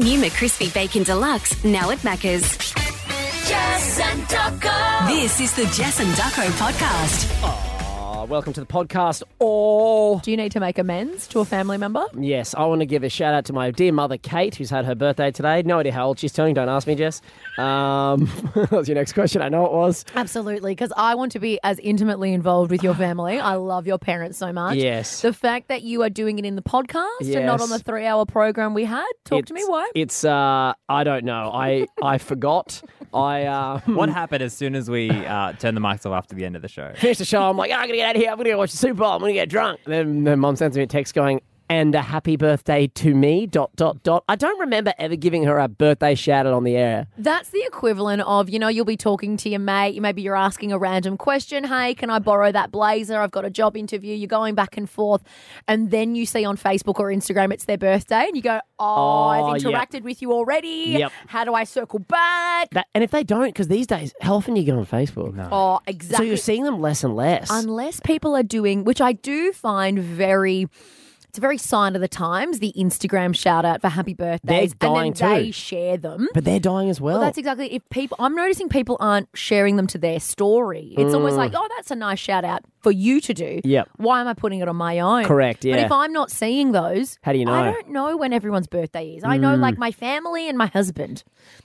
New McCrispy Bacon Deluxe, now at Macca's. Jess and Ducko. This is the Jess and Ducko podcast. Uh, welcome to the podcast. All Do you need to make amends to a family member? yes, I want to give a shout out to my dear mother Kate, who's had her birthday today. No idea how old she's turning. Don't ask me, Jess. Um, that was your next question. I know it was. Absolutely, because I want to be as intimately involved with your family. I love your parents so much. Yes. The fact that you are doing it in the podcast and not on the Yes. three hour program we had, talk to me It's- why. It's uh, I don't know. I I forgot. I uh, What Hmm. happened as soon as we uh, turned the mics off after the end of the show? finished the show. I'm like, "Oh, I'm gonna get out of here. I'm gonna go watch the Super Bowl. I'm gonna get drunk. Then then mom sends me a text going. And a happy birthday to me. Dot dot dot. I don't remember ever giving her a birthday shout out on the air. That's the equivalent of, you know, you'll be talking to your mate, you maybe you're asking a random question, hey, can I borrow that blazer? I've got a job interview, you're going back and forth, and then you see on Facebook or Instagram it's their birthday and you go, Oh, Oh, I've yep. interacted with you already. Yep. How do I circle back? That, and if they don't, because these days, how often do you go on Facebook? Oh, So exactly. you're seeing them less and less. unless people are doing, which I do find very. It's a very sign of the times, the Instagram shout out for happy birthdays. dying and then they too. share them. but they're dying as well. Well, that's exactly if people I'm noticing people aren't sharing them to their story. It's almost like, oh, that's a nice shout out for you to do. Mm. Yep. Why am I putting it on my own? Correct, But yeah. if I'm not seeing those, How do you I know? Mm. don't know when everyone's birthday is. I know like my family and my husband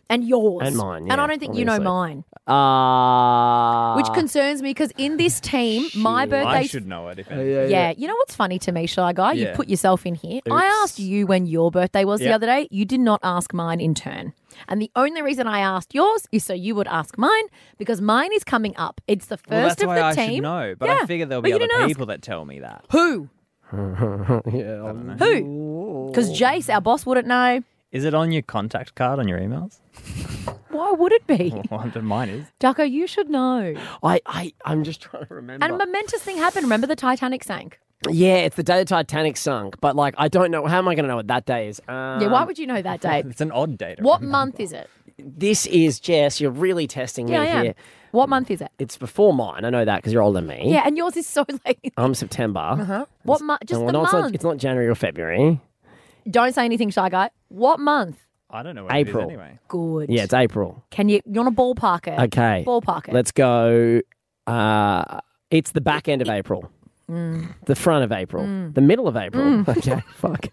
and yours. And mine, And yeah, I don't think you know obviously. mine. Ah. Which concerns me because in this team, my I birthday's should know it. If anything. Yeah. you know what's funny to me, shy guy? You Yeah. put yourself in here. I asked you when your birthday was the Yeah. other day. You did not ask mine in turn. And the only reason I asked yours is so you would ask mine because mine is coming up. It's the first Well, that's of why the I team. should know. But Yeah, I figure there'll but be you other didn't ask. people that tell me that. Who? yeah. Who? Because Jace, our boss, wouldn't know. Is it on your contact card on your emails? Why would it be? Well, mine is. Ducko, you should know. I, I, I'm just trying to remember. And a momentous thing happened. Remember the Titanic sank? yeah, it's the day the Titanic sunk, but like, I don't know. How am I going to know what that day is? Um, yeah, why would you know that date? It's an odd date. what month is it? This is Jess. You're really testing Yeah, I me am. here. What month is it? It's before mine. I know that because you're older than me. Yeah, and yours is so late. I'm September. Uh-huh. What month? Just the it's, month. not, it's not January or February. Don't say anything, shy guy. What month? I don't know what April. it is anyway. Good. Yeah, it's April. Can you? You want to ballpark it? Okay. Ballpark it. Let's go. Uh, it's the back end of April. Mm. The front of April. The middle of April. Okay, fuck.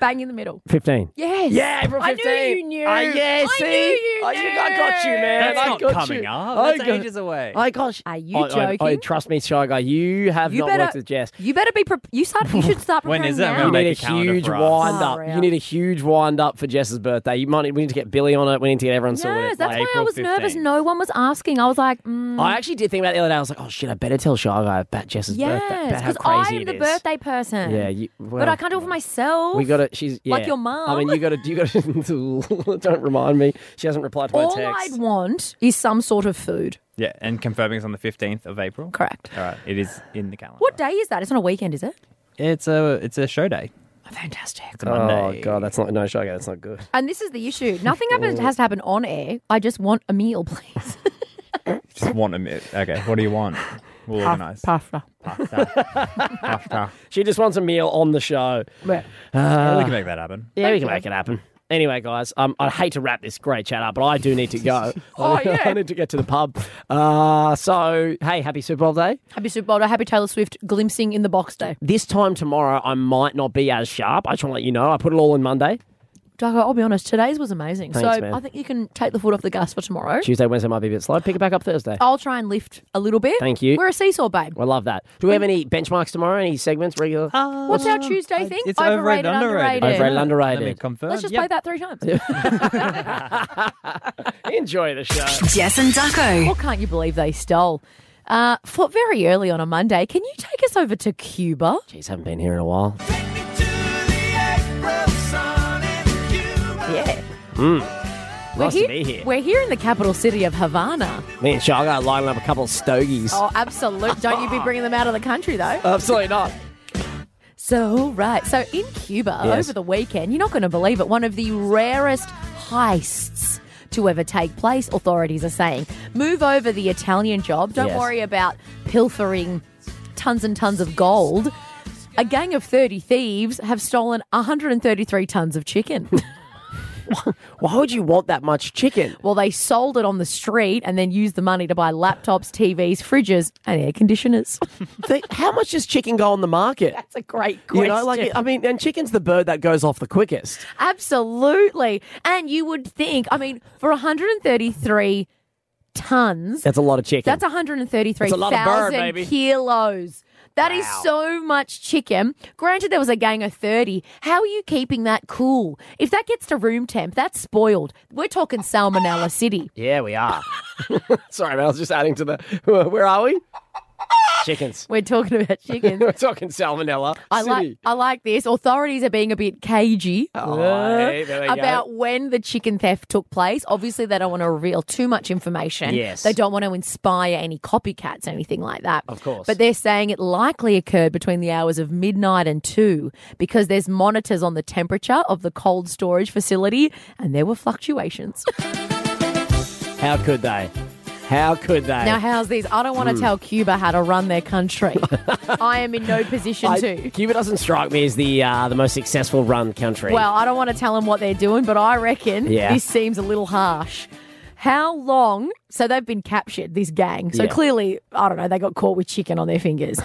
bang in the middle. 15. Yes. Yeah, April 15th. I knew you knew. Ah, yeah, I see? knew you I, knew. I got you, man. That's I not got coming you. up. I That's got- ages away. I got Are you I- I- I- joking? trust me, Shy Guy, you have You not better. worked with Jess. You better be. Pre- you start. You should start. When is preparing it? You I'll Now. make need a a calendar huge for us. wind up. Far You out. need a huge wind up for Jess's birthday. You might need, we need to get Billy on it. We need to get everyone sorted. Yes, that's Like, why I April was nervous. 15th. No one was asking. I was like, mm, I actually did think about it the other day. I was like, oh shit, I better tell Shy Guy about Jess's birthday. yes, About how because I crazy am it the is. birthday person. Yeah, you, but I well- can't do it for myself. We got to She's yeah. Like your mum. I mean, you got to. You got to. don't remind me. She hasn't replied to my All text. I'd want is some sort of food. Yeah, and confirming it's on the 15th of April. Correct. Uh, All right, it is in the calendar. What day is that? It's not a weekend, is it? It's a it's a show day. Fantastic. It's a oh Monday. god, that's not no Shy Guy. That's not good. And this is the issue. Nothing happens, has to happen on air. I just want a meal, please. Just want a minute. Okay, what do you want? We'll organise. Pasta. She just wants a meal on the show. Uh, Yeah, we can make that happen. Yeah, we can make it happen. Anyway, guys, um, I'd hate to wrap this great chat up, but I do need to go. oh, yeah. I need to get to the pub. Uh, so, hey, happy Super Bowl day. Happy Super Bowl, Day, happy Taylor Swift glimpsing in the box day. This time tomorrow, I might not be as sharp. I just want to let you know. I put it all in Monday, Darko, I'll be honest, today's was amazing. Thanks, so man. I think you can take the foot off the gas for tomorrow. Tuesday, Wednesday might be a bit slow. Pick it back up Thursday. I'll try and lift a little bit. Thank you. We're a seesaw, babe. I love that. Do we have any benchmarks tomorrow? Any segments? Regular? What's our Tuesday thing? um, It's overrated, underrated. Overrated, underrated. Let me confirm. Let's just Yep. play that three times. Enjoy the show. Jess and Ducko. What can't you believe they stole? Uh, for very early on a Monday, can you take us over to Cuba? Jeez, haven't been here in a while. Yeah. Nice we're to be here. We're here in the capital city of Havana. Me and Shy Guy lining up a couple of stogies. Oh, absolute. Don't you be bringing them out of the country, though. Absolutely not. So, right. So, in Cuba Yes. over the weekend, you're not going to believe it, one of the rarest heists to ever take place, authorities are saying. Move over the Italian job. Don't Yes. worry about pilfering tons and tons of gold. A gang of 30 thieves have stolen 133 tons of chicken. Why would you want that much chicken? well, they sold it on the street and then used the money to buy laptops, TVs, fridges, and air conditioners. They, how much does chicken go on the market? That's a great You know, like I mean, and chicken's the bird that goes off the quickest. Absolutely. And you would think, I mean, for 133 tons, That's a lot of chicken. that's That's a lot of bird, 133,000 baby. kilos. That is so much chicken. Granted, there was a gang of 30. How are you keeping that cool? If that gets to room temp, that's spoiled. We're talking Salmonella City. yeah, we are. Sorry, man. I was just adding to the. Where are we? Chickens. We're talking about chickens. We're talking salmonella. I like City. I like this. Authorities are being a bit cagey uh, Oh, hey, there we go. about when the chicken theft took place. Obviously, they don't want to reveal too much information. Yes. they don't want to inspire any copycats or anything like that. Of course. but they're saying it likely occurred between the hours of midnight and two because there's monitors on the temperature of the cold storage facility, and there were fluctuations. How could they? How could they? now, how's these? I don't want to tell Cuba how to run their country. I am in no position I- to. Cuba doesn't strike me as the uh, the most successful run country. Well, I don't want to tell them what they're doing, but I reckon Yeah. this seems a little harsh. How long? So they've been captured, this gang. So Yeah. clearly, I don't know. They got caught with chicken on their fingers.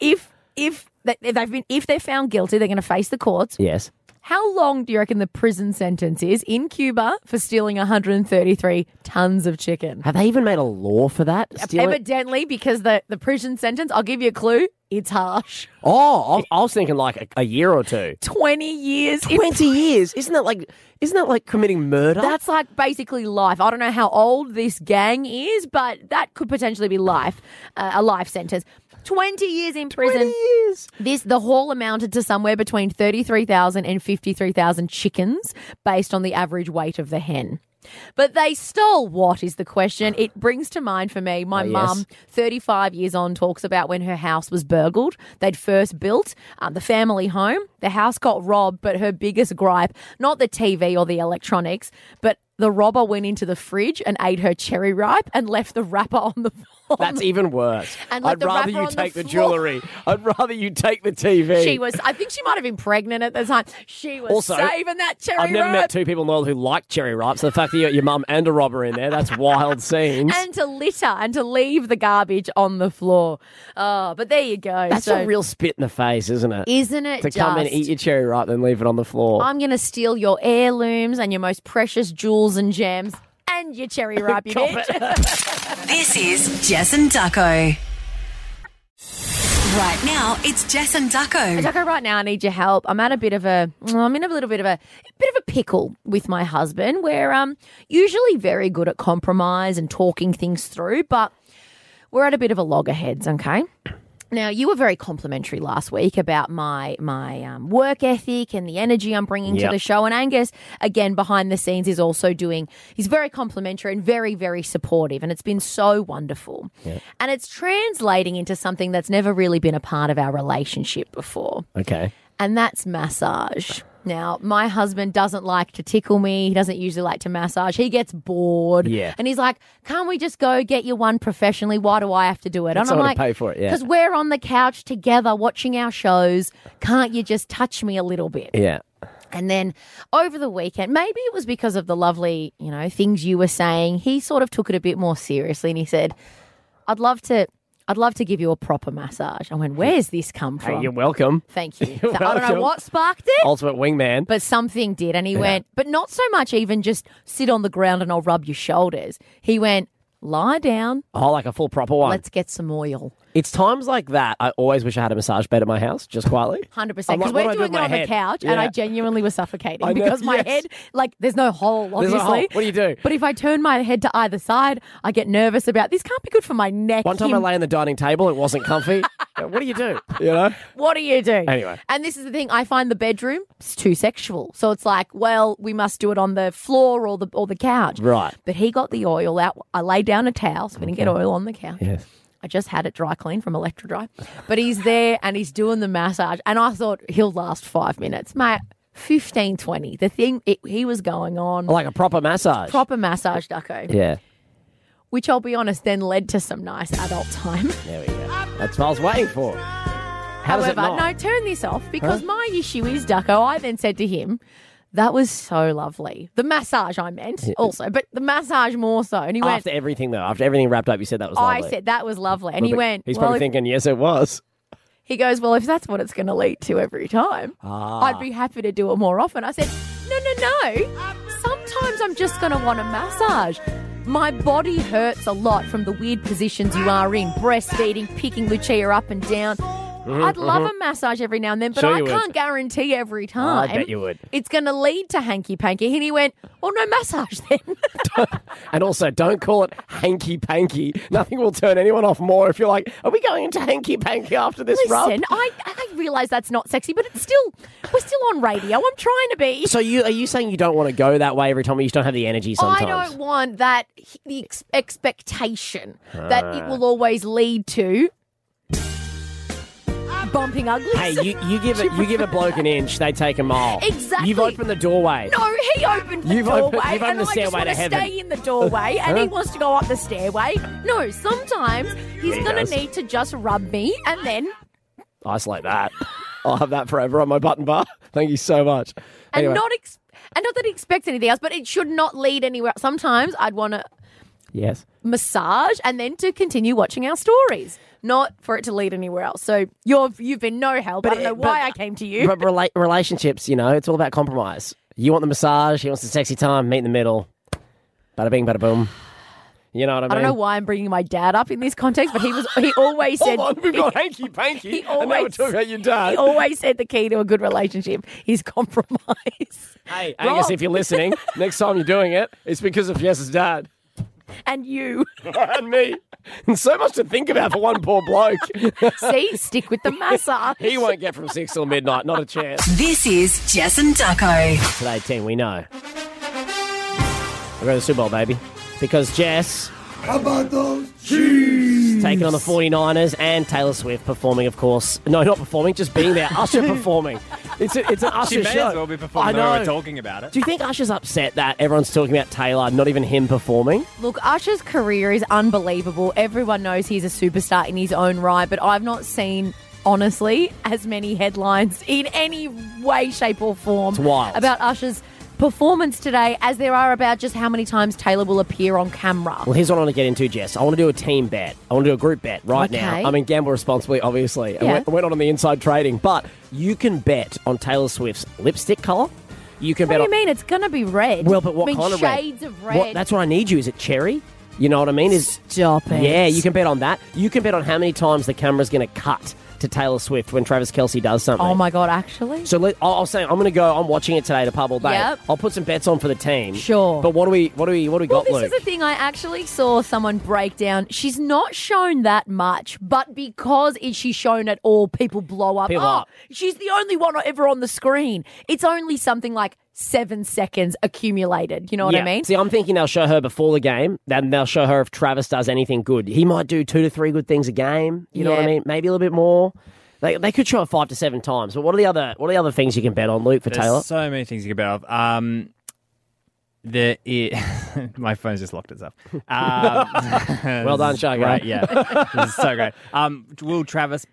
if if they- if they've been if they're found guilty, they're going to face the courts. yes. How long do you reckon the prison sentence is in Cuba for stealing 133 tons of chicken? Have they even made a law for that? Stealing- Evidently, because the the prison sentence, I'll give you a clue. It's harsh. Oh, I, I was thinking like a, a year or two. 20 years. in Twenty years? Isn't that like? Isn't that like committing murder? That's like basically life. I don't know how old this gang is, but that could potentially be life, uh, a life sentence. 20 years in prison. years. This the haul amounted to somewhere between 33,000 and 53,000 chickens based on the average weight of the hen. But they stole what is the question? It brings to mind for me my Oh, yes. mum, 35 years on, talks about when her house was burgled. They'd first built um, the family home. The house got robbed, but her biggest gripe, not the TV or the electronics, but the robber went into the fridge and ate her cherry ripe and left the wrapper on the floor. That's even worse. And let I'd the rather wrapper you on the take the, floor. jewellery. I'd rather you take the TV. She was. I think she might have been pregnant at the time. She was Also, saving that cherry I've never ripe. met two people in the world who like cherry ripe. So the fact that you got your mum and a robber in there, that's wild scenes. and to litter and to leave the garbage on the floor. Oh, but there you go. that's so, a real spit in the face, isn't it? isn't it? to come and just- eat your cherry ripe and leave it on the floor. I'm going to steal your heirlooms and your most precious jewels and gems and your cherry ripe, you bitch. This is Jess and Ducko. Right now, it's Jess and Ducko. Ducko, right now I need your help. I'm at a bit of a, mm, I'm in a little bit of a, bit of a pickle with my husband. We're um usually very good at compromise and talking things through, but we're at a bit of a loggerheads. Okay. Now you were very complimentary last week about my my um, work ethic and the energy I'm bringing Yep. to the show. And Angus, again behind the scenes, is also doing. He's very complimentary and very very supportive, and it's been so wonderful. And it's translating into something that's never really been a part of our relationship before okay. and that's massage. Now, my husband doesn't like to tickle me. He doesn't usually like to massage. He gets bored. Yeah. And he's like, can't we just go get you one professionally? Why do I have to do it? and I'm someone like, to pay for it, yeah. Because we're on the couch together watching our shows. Can't you just touch me a little bit? Yeah. And then over the weekend, maybe it was because of the lovely, you know, things you were saying, he sort of took it a bit more seriously and he said, I'd love to. I'd love to give you a proper massage. I went, where's this come Hey, from? you're welcome. Thank you. You're So I don't welcome. know what sparked it, Ultimate wingman. but something did. And he went, but not so much even just sit on the ground and I'll rub your shoulders. He went, lie down, Oh, like a full proper one. let's get some oil. It's times like that I always wish I had a massage bed at my house, just quietly. 100%. I'm like, Because what do I we're do with doing it my on head? the couch and Yeah. I genuinely was suffocating I know, because my yes. head, like, there's no hole, There's obviously. a hole. What do you do? But if I turn my head to either side, I get nervous about this can't be good for my neck. One time I Him- lay on the dining table, it wasn't comfy. what do you do? You know? What do you do? Anyway. And this is the thing, I find the bedroom is too sexual. So it's like, well, we must do it on the floor or the or the couch. Right. But he got the oil out. I laid down a towel so we didn't get oil on the couch. Yes. I just had it dry clean from Electra Dry. But he's there and he's doing the massage. And I thought he'll last five minutes. Mate, 15, 20. The thing, it, he was going on. Like a proper massage. Proper massage, Ducko. yeah. Which I'll be honest, then led to some nice adult time. There we go. That's what I was waiting for. How does it However, no, not? turn this off because my issue is, Ducko, I then said to him, that was so lovely. The massage I meant also, but the massage more so. And he went, After everything, though, after everything wrapped up, you said that was I lovely. said that was lovely. And Well, he but went, He's well, probably if- thinking, yes, it was. he goes, well, if that's what it's going to lead to every time, I'd be happy to do it more often. I said, no, no, no. Sometimes I'm just going to want a massage. My body hurts a lot from the weird positions you are in, breastfeeding, picking Lucia up and down. I'd love a massage every now and then, but Sure I you would. can't guarantee every time. bet you would. It's going to lead to hanky panky. And he went, Well, no massage then. And also, don't call it hanky panky. Nothing will turn anyone off more if you're like, are we going into hanky panky after this rub? Listen, I, I realise that's not sexy, but it's still, we're still on radio. I'm trying to be. So you are you saying you don't want to go that way every time? or You just don't have the energy sometimes. I don't want that the ex- expectation that it will always lead to bumping uglies. Hey, you, you give a, you give a bloke an inch, they take a mile. Exactly. You've opened the doorway. no, he opened the You've doorway, opened- you've opened and the I just stairway want to to heaven. stay in the doorway, and he wants to go up the stairway. No, sometimes he's He gonna does. need to just rub me, and then Isolate that. I'll have that forever on my button bar. Thank you so much. and Anyway. not ex- and not that he expects anything else, but it should not lead anywhere. Sometimes I'd want to yes. massage and then to continue watching our stories, not for it to lead anywhere else. So you've you've been no help. I don't know it- but- why I came to you. But rela- relationships, you know, it's all about compromise. You want the massage, he wants the sexy time, meet in the middle. Bada bing, bada boom. You know what I mean? I don't know why I'm bringing my dad up in this context, but he was he always said Hold on, we've got hanky panky. he and now we're always- talking about your dad. he always said the key to a good relationship is compromise. Hey, Angus, Rob. if you're listening, next time you're doing it, it's because of Jess's dad And you and me. And so much to think about for one poor bloke. see, stick with the massage. He won't get from six till midnight, not a chance. This is Jess and Ducko. Today, team, we know. We're going to the Super Bowl, baby. Because Jess How about those cheese? taking on the 49ers and Taylor Swift performing, of course. No, not performing, just being there. Usher performing. It's, a, it's an Usher She may show. as well be performing. I though We're know. talking about it. Do you think Usher's upset that everyone's talking about Taylor, not even him performing? Look, Usher's career is unbelievable. Everyone knows he's a superstar in his own right, but I've not seen, honestly, as many headlines in any way, shape, or form wild. about Usher's performance today as there are about just how many times Taylor will appear on camera. Well, here's what I want to get into, Jess. I want to do a team bet. I want to do a group bet right Okay. now. I mean, gamble responsibly, obviously. I Yeah. went, I went on the inside trading, but you can bet on Taylor Swift's lipstick color. You can what bet do on. you mean? It's going to be red. Well, but what I mean, kind of red? shades of red. What, that's what I need you. Is it cherry? You know what I mean? Is Stop it. yeah. You can bet on that. You can bet on how many times the camera's going to cut to Taylor Swift when Travis Kelsey does something. Oh, my God, actually? So let, I'll, I'll say I'm going to go. I'm watching it today to pub all day. Yep. I'll put some bets on for the team. Sure. But what do we? What do we? What do we Well, got, this Luke? is the thing. I actually saw someone break down. She's not shown that much, but because is she shown at all, people blow up. People oh, up. she's the only one ever on the screen. It's only something like seven seconds accumulated. You know what I Yeah. mean? See, I'm thinking they'll show her before the game, then they'll show her if Travis does anything good. He might do two to three good things a game. You know what I Yeah. mean? Maybe a little bit more. They, they could show her five to seven times. But what are the other what are the other things you can bet on, Luke, for Taylor? There's so many things you can bet off. Um, there i- my phone's just locked itself. Um, well done, Shago. Right, yeah, this is so great. Um, will Travis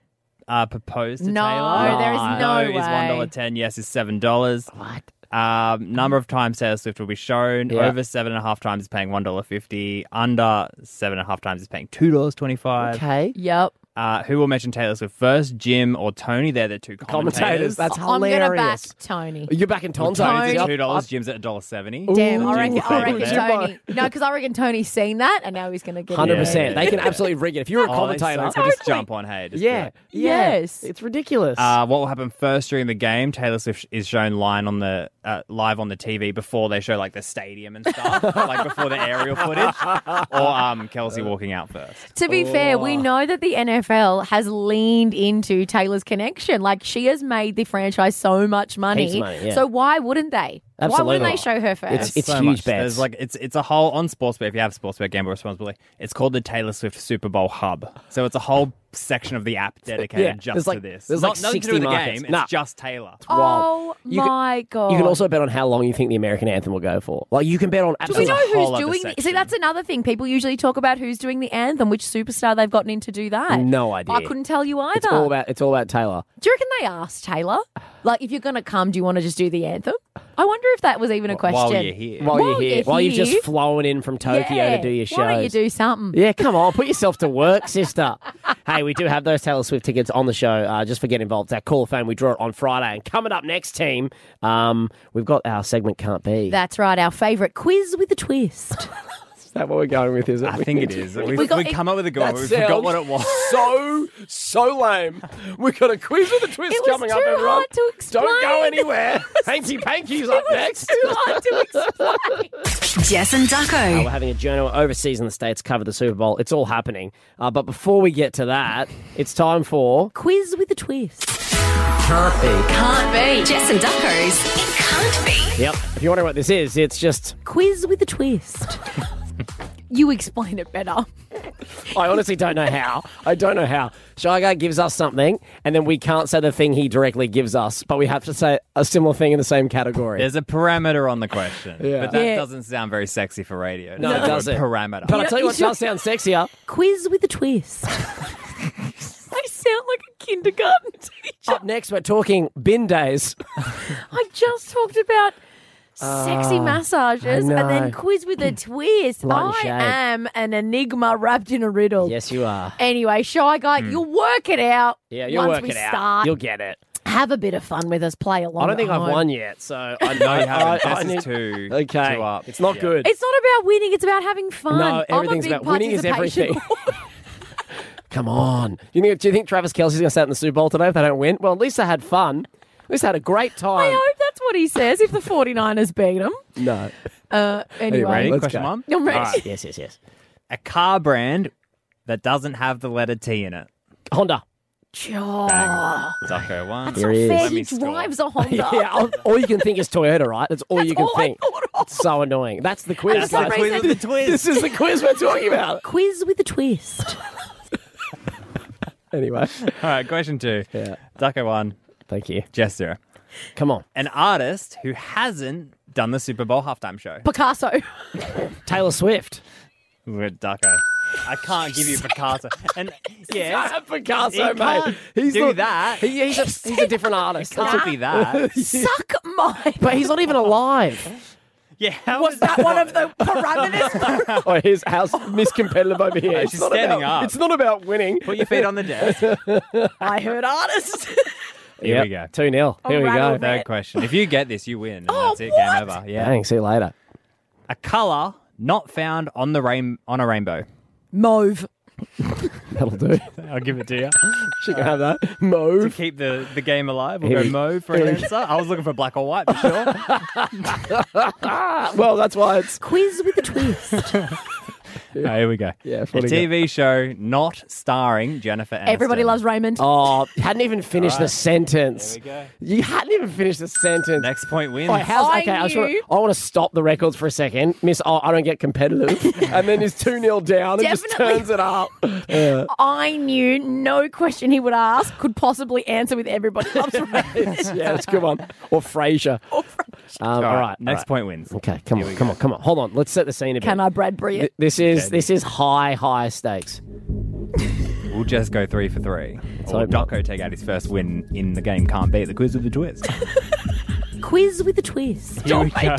uh, propose to No, Taylor? there is no is one way. dollar ten. Yes, is seven dollars. What? Um, number of times Taylor Swift will be shown. Yeah. Over seven and a half times is paying one dollar fifty. Under seven and a half times is paying two dollars twenty five. Okay. Yep. Uh, who will mention Taylor Swift first? Jim or Tony? They're the two Commentators. commentators. That's I'm gonna back hilarious. Tony. You're back in Tonto. Tony. Tony's at two dollars. Jim's at a dollar seventy. Damn, Ooh. I reckon, I reckon Jimbo. Tony. No, because I reckon Tony's seen that, and now he's going to get. Hundred it. percent. Yeah. They can absolutely rig it. If you're a Oh, they commentator, suck. They just jump on. Hey, just be yeah, like, yeah. Yes. It's ridiculous. Uh, what will happen first during the game? Taylor Swift is shown line on the uh, live on the TV before they show like the stadium and stuff, like before the aerial footage, or um, Kelsey walking out first. To be fair, we Oh. know that the NFL has leaned into Taylor's connection. Like she has made the franchise so much money. Heaps of money, yeah. So why wouldn't they? Absolutely. Why wouldn't they show her first? It's, it's so huge much. bets. There's like it's it's a whole on sportsbet. If you have sportsbet, gamble responsibly. It's called the Taylor Swift Super Bowl Hub. So it's a whole section of the app dedicated Yeah, just there's to like- this. there's Not- like nothing to 60 do with the markets. game. It's Nah. just Taylor. oh wild. You could- my god! you can also bet on how long you think the American anthem will go for. Like you can bet on Do absolutely. we know There's a whole who's other doing? The, see, section. that's another thing. People usually talk about who's doing the anthem, which superstar they've gotten in to do that. No idea. I couldn't tell you either. It's all about it's all about Taylor. do you reckon they asked Taylor, like, if you're going to come, do you want to just do the anthem? I wonder if that was even a question. While you're here. While, you're While here, you're while you've here. just flown in from Tokyo Yeah. to do your shows. Why don't you do something? Yeah, come on, put yourself to work, sister. hey, we do have those Taylor Swift tickets on the show. Uh, just for get involved. It's our Call of Fame. We draw it on Friday. And coming up next, team, um, we've got our segment Can't Be. That's right, our favourite quiz with a twist. Is that what we're going with, is it? I think it is. We've, got- we've come up with a good one. That We forgot sounds what it was. So, so lame. We've got a quiz with a twist It was coming up, too everyone. hard to Don't go explain. anywhere. Hanky Panky's up next. Jess and Uh, Ducko. we're having a journal overseas in the States cover the Super Bowl. It's all happening. Uh, but before we get to that, it's time for. quiz with a twist. Can't be. Can't be. Jess and Ducko's It can't be. Yep. If you wonder what this is, it's just. Quiz with a twist. you explain it better. I honestly don't know how. I don't know how. Shy Guy gives us something, and then we can't say the thing he directly gives us, but we have to say a similar thing in the same category. There's a parameter on the question, but that Yeah. doesn't sound very sexy for radio. No, it There's a doesn't. Parameter. but I tell you what does sound sexier. Quiz with a twist. I sound like a kindergarten teacher. Up next, we're talking bin days. I just talked about sexy massages I and know. then quiz with a twist. Light and I shade. am an enigma wrapped in a riddle. Yes, you are. Anyway, shy guy, you'll work it out. Yeah, you'll once work we it out. start. You'll get it. Have a bit of fun with us. Play along. I don't think at I've home. won yet, so I know no, you haven't. I, I Jess need- is two. Okay, two up. it's not Yeah. good. It's not about winning. It's about having fun. no, everything's I'm a big about winning is participation everything. Come on, do you think? Do you think Travis Kelsey's going to start in the Super Bowl today if they don't win? Well, at least they had fun. At least they had a great time. I hope that's what he says if the 49ers beat him. No. Uh, anyway. Ready? Let's question go. one. I'm ready. All right. Yes, yes, yes. A car brand that doesn't have the letter T in it. Honda. Jaw. Ducko one. Here he Fair, is. Let he me score. drives a Honda. Yeah, all, all you can think is Toyota, right? That's all you can all I think. thought of. It's so annoying. That's the quiz. That's the guys. quiz with the twist. This is the quiz we're talking about. Quiz with a twist. Anyway, All right, question two. Yeah. Ducko one. thank you. Jess zero. Come on, An artist who hasn't done the Super Bowl halftime show. Picasso. Taylor Swift. We're Ducko. I can't give you Picasso. And yeah, Picasso, He can't He's do not- that. He, he's, a, he's a different artist. can't be that. Suck my. But he's not even alive. Yeah, how Was is that one of the parameters? oh, his house Miss Competitive over here. She's standing up. not about winning. Put your feet on the desk. Here I heard artists. we go. Two 0 Here we go. rattled Third question. If you get this, you win. And that's it. Game over. Yeah. Dang. See you later. A color not found on the rain on a rainbow. Mauve. That'll do. I'll give it to you. She can have that. Mauve. Keep the, the game alive. We'll Here go we- mauve for an answer. I was looking for black or white for sure. Well, that's why it's Quiz with a twist. Oh, here we go. Yeah, a what do you TV show not starring Jennifer Aniston. Everybody loves Raymond. Oh, hadn't even finished the sentence. There You hadn't even finished the sentence. Next point wins. Oh, how's, I okay, I, just wanna- knew. I want to stop the records for a second. Miss, oh, I don't get competitive. and then he's 2 0 down and just Definitely. turns it up. I knew no question he would ask could possibly answer with everybody loves Raymond. yeah, that's a good one. Or Frasier. Um, all right. all all right, next right. point wins. Okay, come on, come on, come on. Hold on. Let's set the scene a bit. Can I Bradbury Th- it? This is this is high high stakes. We'll just go three for three. or So- Doco take out his first win in the game. Can't beat the quiz of the twist. Quiz with a twist. Here we go.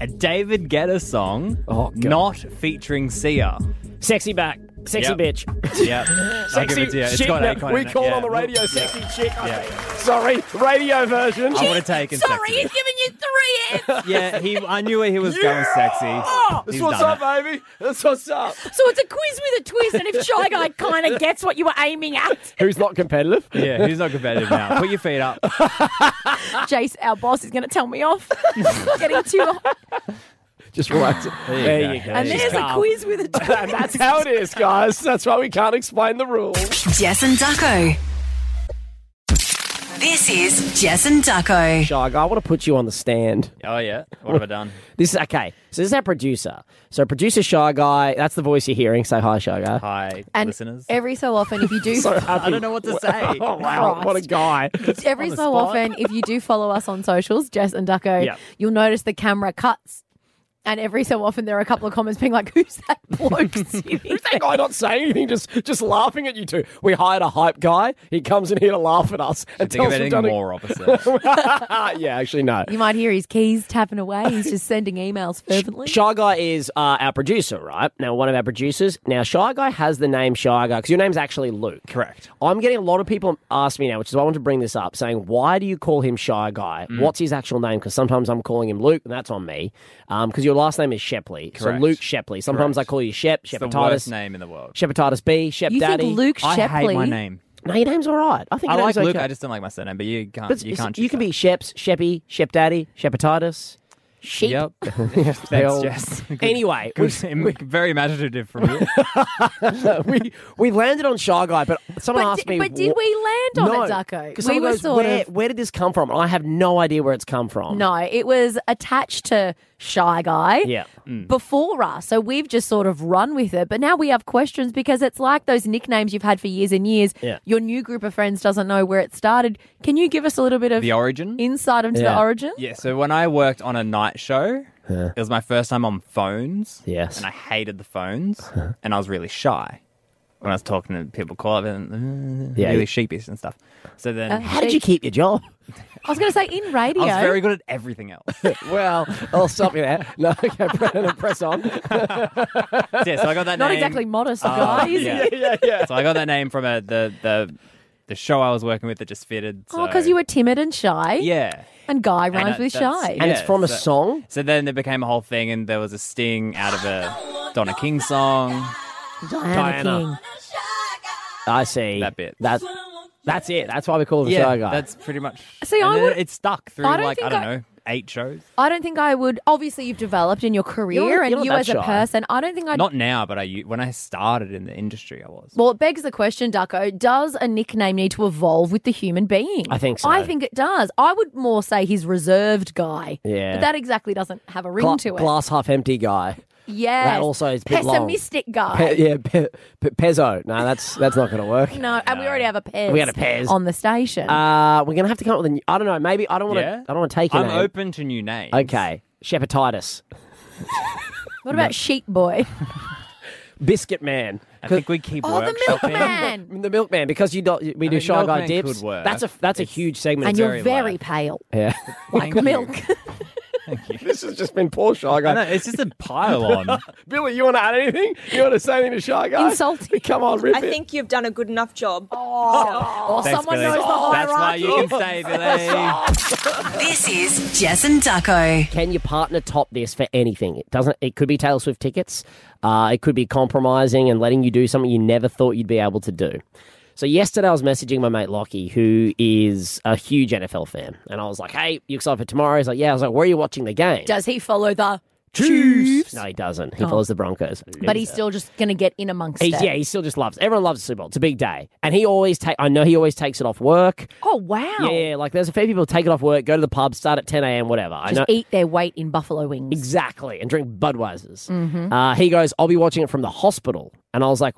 A David Guetta song, Oh, God. not featuring Sia. Sexy back, sexy Yep. bitch, Yep. I'll give sexy it to you. It's chick. got that acorn in we it. called Yeah. on the radio, sexy chick. Yeah. Sorry, radio version. I would have taken Sorry, sexy. he's giving you three answers. Yeah, he. I knew where he was going. Sexy. He's done it. baby. That's what's up. so it's a quiz with a twist, and if Shy Guy kind of gets what you were aiming at, Who's not competitive? Yeah, he's not competitive now. Put your feet up. Jace, our boss, is going to tell me off. Getting too. Just relax. you there go. you go. And There's a quiz with a twist. And that's how it is, guys. That's why we can't explain the rules. Jess and Ducko. This is Jess and Ducko. Shog, I want to put you on the stand. Oh yeah, what have I done? This is okay. So this is our producer. So producer Shy Guy, that's the voice you're hearing. Say hi, Shy Guy. Hi, And listeners. every so often, if you do, I don't know what to say. Oh wow, what a guy! every so often, if you do follow us on socials, Jess and Ducko, Yeah. you'll notice the camera cuts. And every so often, there are a couple of comments being like, "Who's that bloke sitting?" that guy not saying anything, just just laughing at you two. We hired a hype guy. He comes in here to laugh at us and Think tell of us we've anything done it. more opposite. yeah, actually no. You might hear his keys tapping away. He's just sending emails fervently. Shy Guy is uh, our producer, right? Now, one of our producers. Now, Shy Guy has the name Shy Guy because your name's actually Luke. Correct. I'm getting a lot of people ask me now, which is why I want to bring this up, saying, why do you call him Shy Guy? Mm. What's his actual name? Because sometimes I'm calling him Luke, and that's on me. Because your last name is Shepley. Correct. So Luke Shepley. Sometimes I call you Shep, the worst Shepatitis, name in the world. Shepatitis B, Shep you Daddy. think Luke I Shepley? hate my name. No, your name's all right. I think I your like name's Luke. okay. I just don't like my surname. But you can't. But you can't. you choose can that. be Sheps, Sheppy, Shepdaddy, Shepatitis, Sheep. Yep. They Thanks, all- Jess. Good- Anyway, we, good- very imaginative from you. we we landed on Shy Guy, but someone But, asked di- me, but did wh- we land on no, it, Ducko? 'cause We someone were goes, sort where, of. Where did this come from? I have no idea where it's come from. No, it was attached to Shy Guy Yeah. before us. So we've just sort of run with it. But now we have questions because it's like those nicknames you've had for years and years. Yeah. Your new group of friends doesn't know where it started. Can you give us a little bit of The origin? insight into Yeah. the origin? Yeah, so when I worked on a night show, it was my first time on phones. Yes. And I hated the phones, and I was really shy. When I was talking to people, call up and uh, Yeah. really sheepish and stuff. So then Uh, How did you keep your job? I was going to say in radio. I was very good at everything else. well, I'll stop you there. No, okay, Brennan, press on. yeah, so I got that not name. exactly modest, Uh, guys. yeah. yeah, yeah. So I got that name from a, the the the show I was working with that just fitted. Oh, so- because you were timid and shy. yeah. And Guy rhymes that- with that's- shy. And it's Yeah, from a so- song. So then it became a whole thing, and there was a sting out of a Donna King song. Diana, Diana. King. I see. That bit. That, that's it. That's why we call him Shy Guy. that's pretty much. See, and I then would- it stuck through I don't like I think don't I- know eight shows. I don't think I would. Obviously, you've developed in your career You're- you're and not you that as a shy. person. I don't think I. Not now, but I u- when I started in the industry, I was. well, it begs the question, Ducko. Does a nickname need to evolve with the human being? I think so. I think it does. I would more say he's reserved guy. Yeah. But that exactly doesn't have a ring Gla- to it. Glass half empty guy. yes. that also is a bit long. pessimistic guy. Pe- yeah, pe- pe- Pezzo. No, that's that's not going to work. no, and we already have a Pez. We had a Pez. on the station. Uh, we're gonna have to come up with a new, I don't know. Maybe I don't want to. Yeah? I don't want to take it. I'm open to new names. Okay, Shepatitis, what about Sheep Boy? Biscuit Man, I think we keep oh, the workshopping. milkman. the Milkman, because you do, we do mean, shy guy Milkman dips. could work. That's a that's a huge segment. and of- you're very very light. pale. yeah. Thank you. Milk. this has just been poor shy I know, it's just a pile on. Billy, you want to add anything? You want to say anything to shy guy? Insulting. Come on, rip I think you've done a good enough job. or Thanks, Oh, someone Billy. knows the That's why hierarchy. you can stay, Billy. This is Jess and Ducko. Can your partner top this for anything? It doesn't. It could be Taylor Swift tickets. Uh, it could be compromising and letting you do something you never thought you'd be able to do. So yesterday I was messaging my mate Lockie, who is a huge NFL fan, and I was like, "Hey, you excited for tomorrow?" He's like, "Yeah." I was like, "Where are you watching the game?" Does he follow the? Chiefs. No, he doesn't. He follows the Broncos. Oh. But he's still just going to get in amongst He's, it. yeah, he still just loves. Everyone loves the Super Bowl. It's a big day, and he always take. I know he always takes it off work. Oh wow! Yeah, yeah, like there's a few people take it off work, go to the pub, start at 10 a.m. Whatever. I Just know eat their weight in buffalo wings. Exactly, and drink Budweisers. Mm-hmm. Uh, he goes, I'll be watching it from the hospital. And I was like,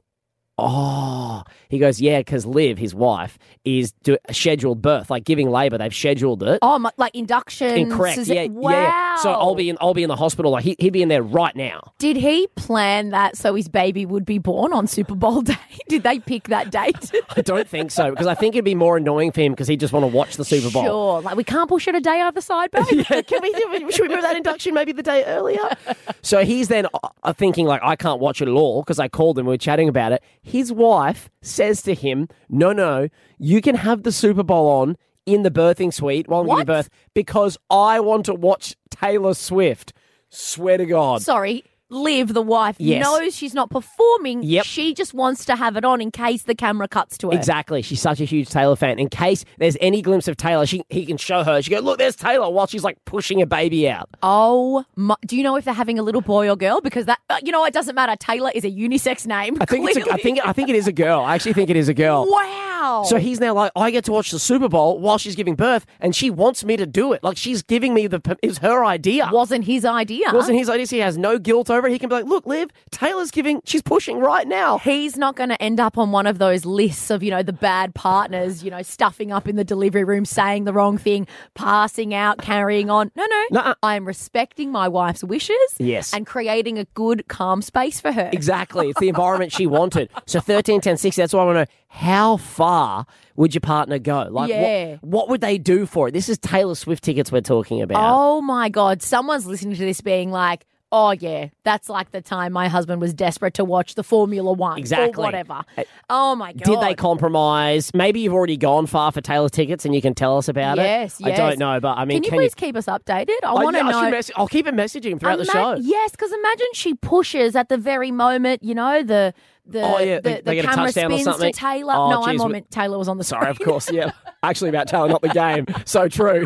oh. He goes, yeah, because Liv, his wife, is do- a scheduled birth, like giving labor. They've scheduled it. Oh, my, like induction. Incorrect. Is it- Yeah, yeah, wow. yeah. So I'll be in. I'll be in the hospital. Like he, he'd be in there right now. Did he plan that so his baby would be born on Super Bowl day? Did they pick that date? I don't think so because I think it'd be more annoying for him because he'd just want to watch the Super Bowl. Sure. Like we can't push it a day either side, babe. Yeah, can we should we move that induction maybe the day earlier? So he's then uh, thinking like I can't watch it at all because I called him. We were chatting about it. His wife says to him, "No, no, you can have the Super Bowl on in the birthing suite while I'm giving What? birth because I want to watch Taylor Swift." Swear to God, Sorry. Liv, the wife, Yes. knows she's not performing. Yep. She just wants to have it on in case the camera cuts to her. Exactly. She's such a huge Taylor fan. In case there's any glimpse of Taylor, she he can show her. She go, look, there's Taylor while she's like pushing a baby out. Oh, my. do you know if they're having a little boy or girl? Because that, uh, you know, it doesn't matter. Taylor is a unisex name. I think it's a, I think I think it is a girl. I actually think it is a girl. Wow. So he's now like, I get to watch the Super Bowl while she's giving birth, and she wants me to do it. Like she's giving me the per- it was her idea. wasn't his idea. Wasn't his idea? So he has no guilt over it. He can be like, look, Liv, Taylor's giving. She's pushing right now. He's not going to end up on one of those lists of, you know, the bad partners, you know, stuffing up in the delivery room, saying the wrong thing, passing out, carrying on. No, no. Nuh-uh. I'm respecting my wife's wishes. Yes. And creating a good, calm space for her. Exactly. It's the environment she wanted. So 13, 10, 6, that's why I want to know how far would your partner go? Like, Yeah. what, what would they do for it? This is Taylor Swift tickets we're talking about. Oh my God. Someone's listening to this being like, oh yeah, that's like the time my husband was desperate to watch the Formula One Exactly. Uh, or whatever. Oh my God. Did they compromise? Maybe you've already gone far for Taylor tickets and you can tell us about Yes, it. I yes. don't know, but I mean, Can you please keep us updated? I want to yeah, I should know. mess- I'll keep it messaging him throughout the show. Ima- Yes, because imagine she pushes at the very moment, you know, the the, Oh, yeah, the, they- they the get a camera touchdown or spins to something. Taylor. Oh, no, geez, I'm on we- meant Taylor was on the Sorry, of course, yeah. Actually, about Taylor, not the game. So true.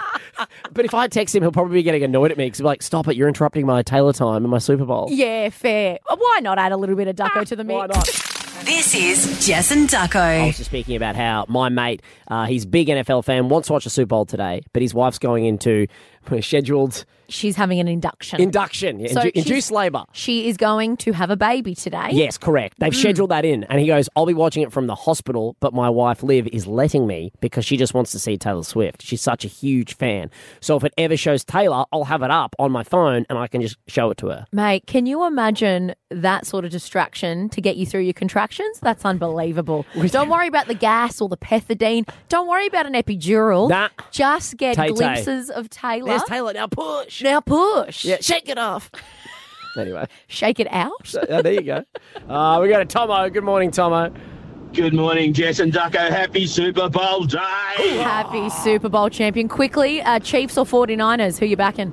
But if I text him, he'll probably be getting annoyed at me because he'll be like, stop it, you're interrupting my Taylor time and my Super Bowl. Yeah, fair. Why not add a little bit of Ducko to the mix? Ah, Why not? This is Jess and I Ducko. was just speaking about how my mate, uh, he's a big NFL fan, wants to watch the Super Bowl today, but his wife's going into uh, scheduled She's having an induction. induction, yeah, So indu- she's- induced labour. she is going to have a baby today. Yes, correct. They've Hmm. scheduled that in, and he goes, "I'll be watching it from the hospital, but my wife Liv is letting me because she just wants to see Taylor Swift. She's such a huge fan. So if it ever shows Taylor, I'll have it up on my phone and I can just show it to her. Mate, can you imagine that sort of distraction to get you through your contractions? That's unbelievable. Don't worry about the gas or the pethidine. Don't worry about an epidural. Nah. Just get Tay-tay. glimpses of Taylor. There's Taylor now. Push. now push. Yeah, shake it off. anyway, Shake it out. uh, there you go. Uh, we go to Tomo. Good morning, Tomo. Good morning, Jess and Ducko. Happy Super Bowl day. Happy Super Bowl champion. Quickly, uh, Chiefs or 49ers? Who you backing?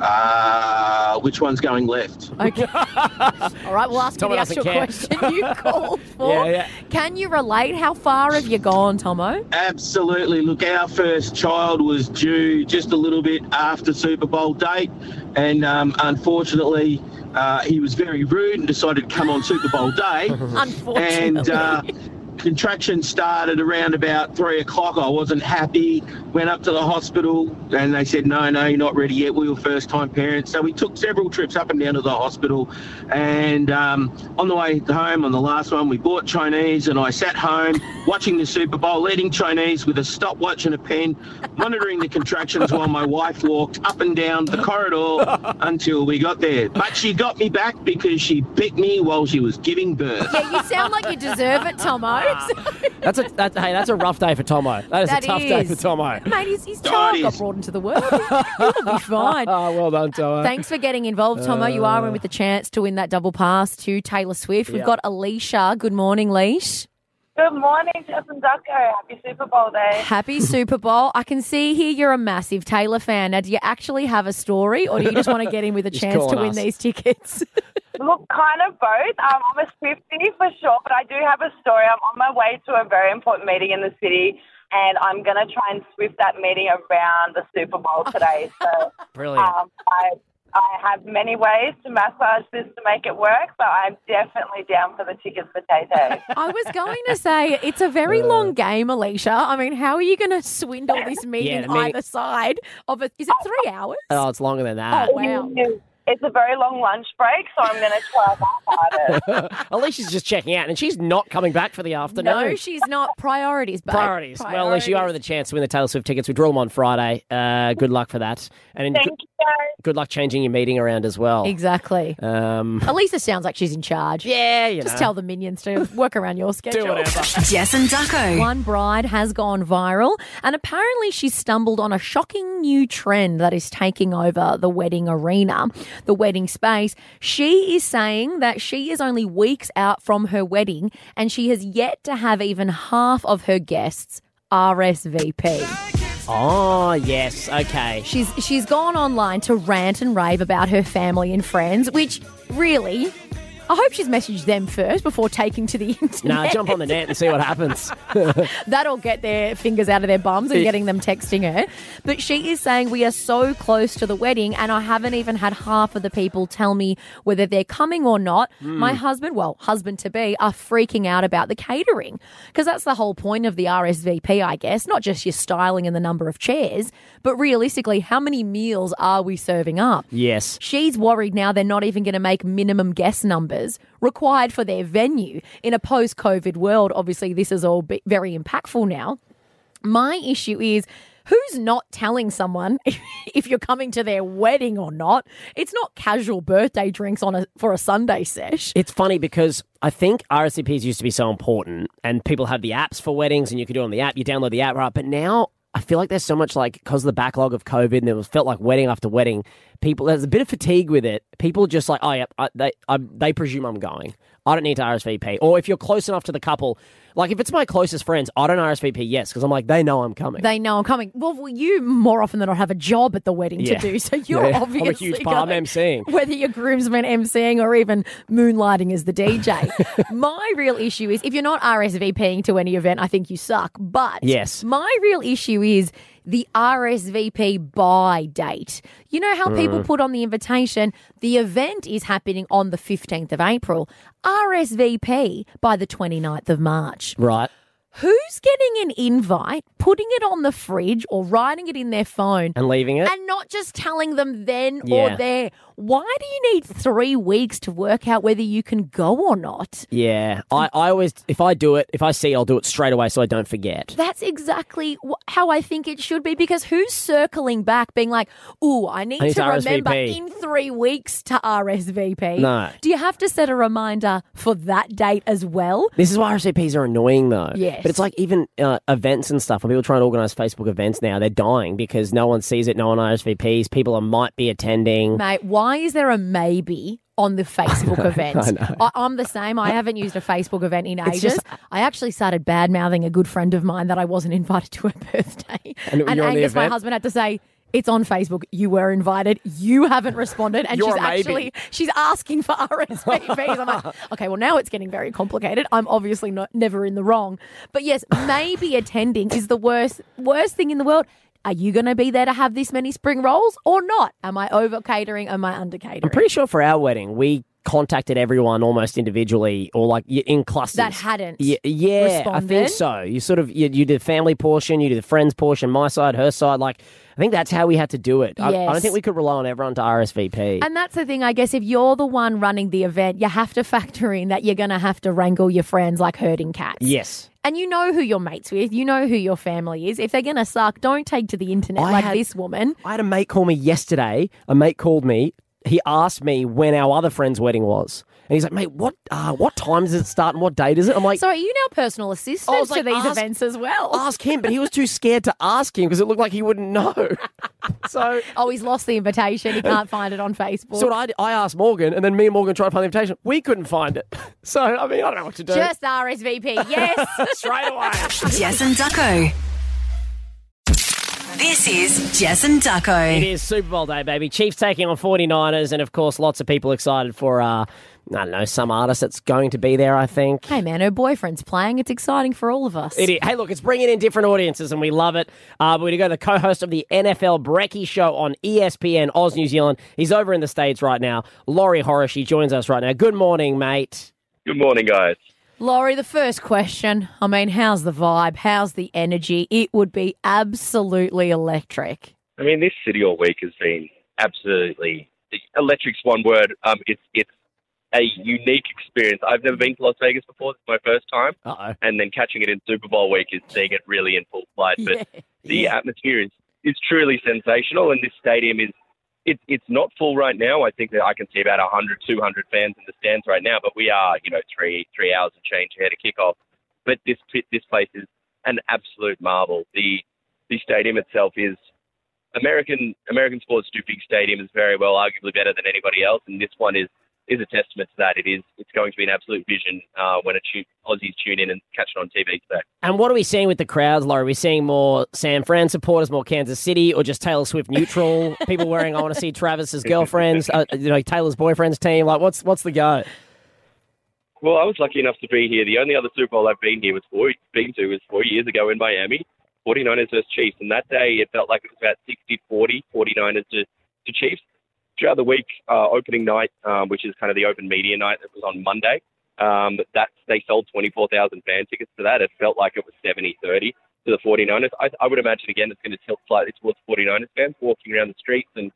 Uh, which one's going left? Okay. All right, we'll ask you Tomo the doesn't actual care. question you called for. Yeah, yeah. Can you relate? How far have you gone, Tomo? Absolutely. Look, our first child was due just a little bit after Super Bowl date, and um, unfortunately, uh, he was very rude and decided to come on Super Bowl day. Unfortunately. and uh, contraction started around about three o'clock. I wasn't happy. Went up to the hospital, and they said, "No, no, you're not ready yet. We were first-time parents." So we took several trips up and down to the hospital, and um, on the way home, on the last one, we bought Chinese, and I sat home watching the Super Bowl, eating Chinese with a stopwatch and a pen, monitoring the contractions while my wife walked up and down the corridor until we got there. But she got me back because she bit me while she was giving birth. yeah, you sound like you deserve it, Tomo. That's a that, hey, that's a rough day for Tomo. That is That a tough day is. for Tomo. Mate, his, his it child got is. brought into the world. He'll be fine. Ah, well done, Tomo. Thanks for getting involved, Tomo. You uh, are in with the chance to win that double pass to Taylor Swift. We've got Alicia. Good morning, Leash. Good morning, Jess and Ducko. Happy Super Bowl Day. Happy Super Bowl. I can see here you're a massive Taylor fan. Now, do you actually have a story or do you just want to get in with a chance to calling win us. these tickets? Look, kind of both. Um, I'm a Swifty for sure, but I do have a story. I'm on my way to a very important meeting in the city, and I'm going to try and Swift that meeting around the Super Bowl today. So Brilliant. um, I, I have many ways to massage this to make it work, but I'm definitely down for the tickets for Tay Tay. I was going to say it's a very long game, Alicia. I mean, how are you going to swindle this meeting the meeting- either side of it? Is it three hours? Oh, it's longer than that. wow. It's a very long lunch break, so I'm going to try that harder. Alicia's just checking out, and she's not coming back for the afternoon. No, she's not. Priorities, babe. Priorities. Well, Alicia, you are with a chance to win the Taylor Swift tickets. We draw them on Friday. Uh, good luck for that, and Thank good, you, guys. good luck changing your meeting around as well. Exactly. Um, Elisa sounds like she's in charge. yeah, you Just know, tell the minions to work around your schedule. do whatever. Jess and Ducko. One bride has gone viral, and apparently she stumbled on a shocking new trend that is taking over the wedding arena, the wedding space. She is saying that she is only weeks out from her wedding, and she has yet to have even half of her guests RSVP. Oh, yes. Okay. She's she's gone online to rant and rave about her family and friends, which really, I hope she's messaged them first before taking to the internet. Nah, jump on the net and see what happens. That'll get their fingers out of their bums and Yeah. getting them texting her. But she is saying we are so close to the wedding, and I haven't even had half of the people tell me whether they're coming or not. My husband, well, husband to be, are freaking out about the catering because that's the whole point of the RSVP, I guess. Not just your styling and the number of chairs, but realistically, how many meals are we serving up? yes. She's worried now they're not even going to make minimum guest numbers required for their venue. In a post COVID world, obviously, this is all be- very impactful now. My issue is. Who's not telling someone if you're coming to their wedding or not? It's not casual birthday drinks on a for a Sunday sesh. It's funny because I think RSVPs used to be so important, and people had the apps for weddings, and you could do it on the app. You download the app, right? But now I feel like there's so much like because of the backlog of COVID, and it was felt like wedding after wedding. People, there's a bit of fatigue with it. People just like, oh yeah, I, they I, they presume I'm going. I don't need to RSVP. Or if you're close enough to the couple, like if it's my closest friends, I don't RSVP yes because I'm like they know I'm coming. They know I'm coming. Well, well, you more often than not have a job at the wedding Yeah. to do, so you're Yeah, I'm a obviously huge part, I'm going. emceeing. Whether you're groomsman emceeing or even moonlighting as the DJ. my real issue is if you're not RSVPing to any event, I think you suck. But Yes. my real issue is the RSVP by date. You know how people Mm. put on the invitation, the event is happening on the 15th of April. RSVP by the 29th of March. right. Who's getting an invite, putting it on the fridge or writing it in their phone And leaving it. and not just telling them then Yeah. or there? Why do you need three weeks to work out whether you can go or not? yeah. I, I always, if I do it, if I see, I'll do it straight away so I don't forget. That's exactly wh- how I think it should be because who's circling back being like, ooh, I need, I need to to remember RSVP." in three weeks to RSVP? No. Do you have to set a reminder for that date as well? This is why RSVPs are annoying, though. Yes. But it's like even uh, events and stuff. When people try and organise Facebook events now, they're dying because no one sees it, no one RSVPs. People are, might be attending. Mate, why is there a maybe on the Facebook event? I I'm the same. I haven't used a Facebook event in ages. just- I actually started bad mouthing a good friend of mine that I wasn't invited to her birthday. And you're on the Angus, my event? husband, had to say, it's on Facebook. You were invited. You haven't responded, and You're she's a maybe. actually she's asking for RSVPs. I'm like, okay, well now it's getting very complicated. I'm obviously not never in the wrong, but yes, maybe attending is the worst worst thing in the world. Are you going to be there to have this many spring rolls or not? Am I over catering? Am I under catering? I'm pretty sure for our wedding, we contacted everyone almost individually or like y- in clusters. That hadn't Yeah, yeah I responded? think so. You sort of, you, you did the family portion, you did the friends portion, my side, her side. Like, I think that's how we had to do it. I, I don't Yes. think we could rely on everyone to RSVP. And that's the thing, I guess, if you're the one running the event, you have to factor in that you're going to have to wrangle your friends like herding cats. yes. And you know who your mates with, you know who your family is. If they're going to suck, don't take to the internet I like had- this woman. I had a mate call me yesterday. A mate called me. He asked me when our other friend's wedding was, and he's like, "Mate, what uh, what time does it start and what date is it?" I'm like, So are you now personal I assistant was to like, these ask- events as well? "Ask him," but he was too scared to ask him because it looked like he wouldn't know. so. oh, he's lost the invitation. He can't find it on Facebook. So what I, I asked Morgan, and then me and Morgan tried to find the invitation. We couldn't find it. So, I mean, I don't know what to do. Just RSVP, yes. Straight away. Jess and Ducko. This is Jess and It Ducko. is Super Bowl day, baby. Chiefs taking on 49ers, and of course, lots of people excited for, uh, I don't know, some artist that's going to be there, I think. hey, man, her boyfriend's playing. It's exciting for all of us. It is. Hey, look, it's bringing in different audiences, and we love it. Uh, we're going to go to the co-host of the NFL Brekkie Show on E ESPN Oz New Zealand. He's over in the states right now. Laurie Horace, she joins us right now. Good morning, mate. Good morning, guys. Laurie, the first question. I mean, how's the vibe? How's the energy? It would be absolutely electric. I mean, this city all week has been absolutely electric's one word. Um, it's it's a unique experience. I've never been to Las Vegas before. It's my first time, Uh oh. and then catching it in Super Bowl week is seeing it really in full flight. But the atmosphere is is truly sensational, and this stadium is. It, it's not full right now. I think that I can see about 100, 200 fans in the stands right now, but we are, you know, three three hours and change ahead of kickoff. But this pit- this place is an absolute marvel. The the stadium itself is American American sports do big stadiums very well, arguably better than anybody else, and this one is is a testament to that. It is. It's going to be an absolute vision uh, when a tu- Aussies tune in and catch it on TV today. And what are we seeing with the crowds, Laurie? Are we seeing more San Fran supporters, more Kansas City, or just Taylor Swift neutral? People wearing I want to see Travis's girlfriends, uh, you know, Taylor's boyfriend's team. Like, what's what's the go? Well, I was lucky enough to be here. The only other Super Bowl I've been here was four, been to was four years ago in Miami, 49ers versus Chiefs. And that day it felt like it was about 60-40, 49ers to, to Chiefs. Throughout the week, uh, opening night, um, which is kind of the open media night that was on Monday, um, that they sold 24,000 fan tickets to that. It felt like it was 70-30 to the 49ers. I, I would imagine, again, it's going to tilt slightly towards 49ers fans walking around the streets and,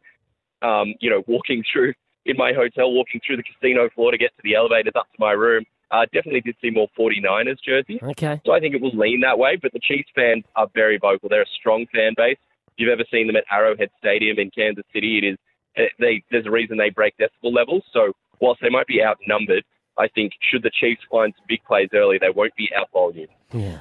um, you know, walking through in my hotel, walking through the casino floor to get to the elevators up to my room. Uh, definitely did see more 49ers jerseys. Okay. So I think it will lean that way, but the Chiefs fans are very vocal. They're a strong fan base. If you've ever seen them at Arrowhead Stadium in Kansas City, it is eh, they, there's a reason they break decibel levels. So whilst they might be outnumbered, I think should the Chiefs find some big plays early, they won't be outvolumed.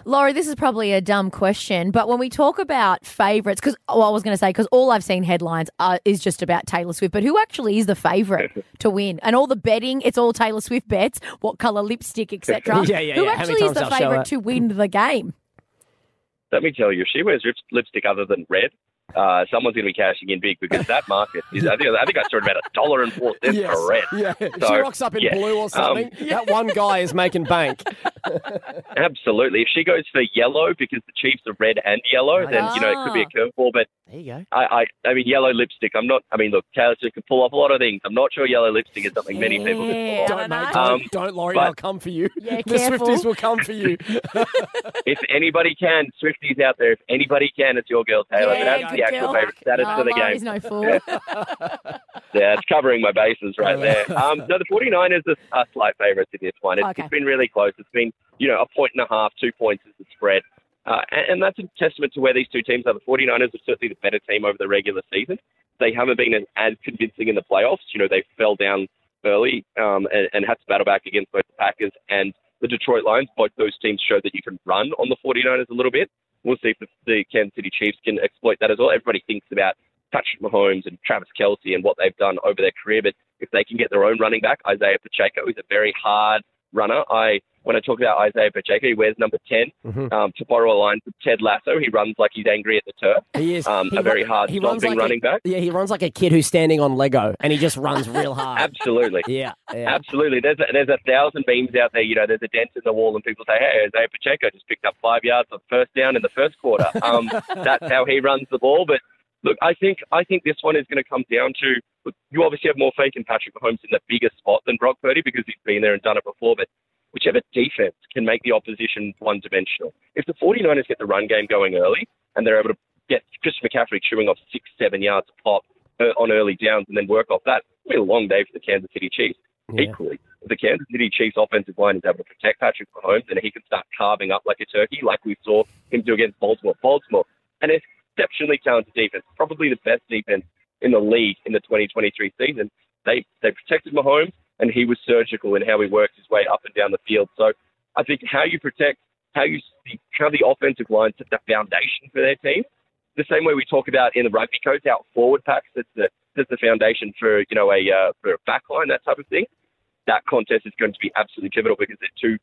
Laurie, this is probably a dumb question, but when we talk about favourites, because oh, I was going to say, because all I've seen headlines are, is just about Taylor Swift, but who actually is the favourite to win? And all the betting, it's all Taylor Swift bets, what colour lipstick, etc. Yeah, yeah, Who yeah. How many actually times is the they'll show favourite it. to win the game? Let me tell you, if she wears lip- lipstick other than red, uh, someone's going to be cashing in big because that market is. I think I think I saw it about a dollar and four cents Yes, for red. Yeah. If So, she rocks up in yeah. blue or Um, something, that one guy is making bank. Absolutely. If she goes for yellow because the Chiefs are red and yellow, Ah. then you know it could be a curveball. But There you go. I, I, I mean, yellow lipstick. I'm not. I mean, look, Taylor Swift can pull off a lot of things. I'm not sure yellow lipstick is something many people can pull Don't, off. mate, don't, Um, don't Laurie, but- they'll come for you. Yeah, the careful. Swifties will come for you. if anybody can, Swifties out there, if anybody can, it's your girl Taylor. Yeah, but that's the good actual girl. favorite status No, for the Laurie's game. no fool. Yeah, it's covering my bases right there. Um, no, the 49ers are, are slight favourites in this one. It's, Okay. it's been really close. It's been, you know, a point and a half, two points is the spread. Uh, and, and that's a testament to where these two teams are. The 49ers are certainly the better team over the regular season. They haven't been as, as convincing in the playoffs. You know, they fell down early um, and, and had to battle back against both the Packers and the Detroit Lions. Both those teams showed that you can run on the 49ers a little bit. We'll see if the, the Kansas City Chiefs can exploit that as well. Everybody thinks about Patrick Mahomes and Travis Kelsey and what they've done over their career, but if they can get their own running back, Isaiah Pacheco is a very hard runner. I when I talk about Isaiah Pacheco, he wears number 10 Mhm. Um, to borrow a line from Ted Lasso, he runs like he's angry at the turf. He is um, He a very run- hard, he runs stomping like a- running back. Yeah, he runs like a kid who's standing on Lego, and he just runs real hard. Absolutely. Yeah, yeah. Absolutely. There's a, there's a thousand beams out there. You know, there's a dent in the wall, and people say, "Hey, Isaiah Pacheco just picked up five yards on first down in the first quarter." Um, that's how he runs the ball. But look, I think I think this one is going to come down to look, you. Obviously, have more faith in Patrick Mahomes in the bigger spot than Brock Purdy because he's been there and done it before. But whichever defense can make the opposition one-dimensional. If the 49ers get the run game going early and they're able to get Chris McCaffrey chewing off six, seven yards a pop uh, on early downs and then work off that, it'll be a long day for the Kansas City Chiefs. Equally, if the Kansas City Chiefs offensive line is able to protect Patrick Mahomes and he can start carving up like a turkey, like we saw him do against Baltimore. Baltimore, an exceptionally talented defense, probably the best defense in the league in the 2023 season. They they protected Mahomes, and he was surgical in how he worked his way up and down the field. So I think how you protect, how you how the offensive line set the foundation for their team, the same way we talk about in the rugby coach out forward packs. That's the that's the foundation for you know a uh, for a back line that type of thing. That contest is going to be absolutely pivotal because they're two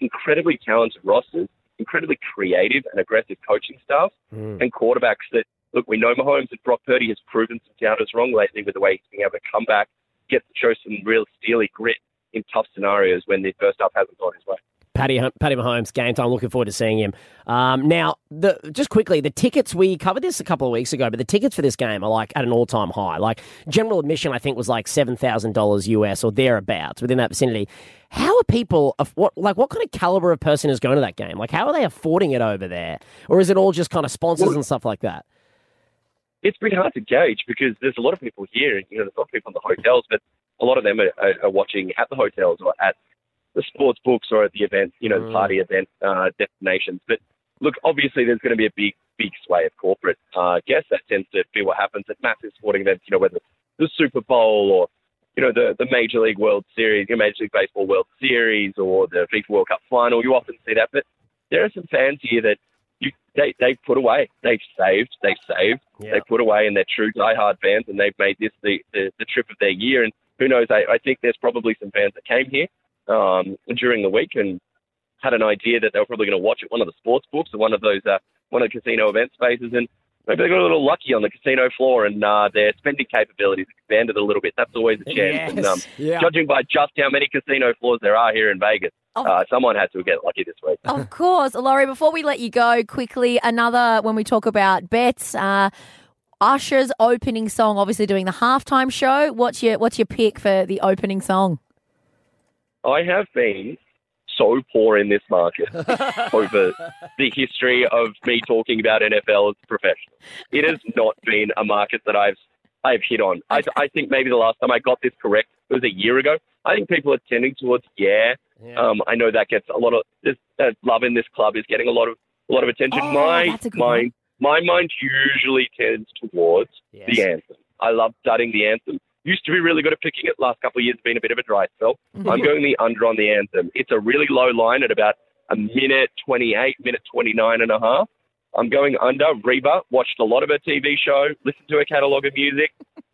incredibly talented rosters, incredibly creative and aggressive coaching staff, and quarterbacks that look. We know Mahomes and Brock Purdy has proven some doubters wrong lately with the way he's been able to come back, get show some real steely grit in tough scenarios when the first half hasn't gone his way. Paddy, Hum- Paddy Mahomes, game time. Looking forward to seeing him. Um, now, the, just quickly, the tickets we covered this a couple of weeks ago, but the tickets for this game are like at an all-time high. Like general admission, I think was like seven thousand dollars US or thereaabouts within that vicinity. How are people? aff- What like what kind of caliber of person is going to that game? Like how are they affording it over there, or is it all just kind of sponsors and stuff like that? it's been hard to gauge because there's a lot of people here. You know, there's a lot of people in the hotels, but a lot of them are, are, are watching at the hotels or at the sports books or at the event, you know, Mm. party event uh, destinations. But look, obviously, there's going to be a big, big sway of corporate uh, guests. That tends to be what happens at massive sporting events. You know, whether it's the Super Bowl or you know the the Major League World Series, your Major League Baseball World Series, or the FIFA World Cup Final. You often see that, but there are some fans here that you, they they put away, they've saved, they've saved, Yeah. they put away, and they're true diehard fans, and they've made this the, the the trip of their year. And who knows? I, I think there's probably some fans that came here um, during the week and had an idea that they were probably going to watch at one of the sports books or one of those uh, one of the casino event spaces, and maybe they got a little lucky on the casino floor and uh, their spending capabilities expanded a little bit. That's always a chance. And, um, Yes. Yeah. Judging by just how many casino floors there are here in Vegas, Of- uh, someone had to get lucky this week. Of course, Laurie. Before we let you go, quickly another when we talk about bets. Uh, Usher's opening song, obviously doing the halftime show. What's your what's your pick for the opening song? I have been so poor in this market over the history of me talking about NFL as a professional. It has not been a market that I've I've hit on. I, I think maybe the last time I got this correct was a year ago. I think people are tending towards yeah. Um, I know that gets a lot of this uh, love in this club is getting a lot of a lot of attention. Oh, my that's a good my one. my mind usually tends towards the anthem. I love studying the anthem. Used to be really good at picking it. Last couple of years been a bit of a dry spell. Mhm. I'm going the under on the anthem. It's a really low line at about a minute 28, minute 29 and a half. I'm going under. Reba watched a lot of her TV show, listened to her catalogue of music.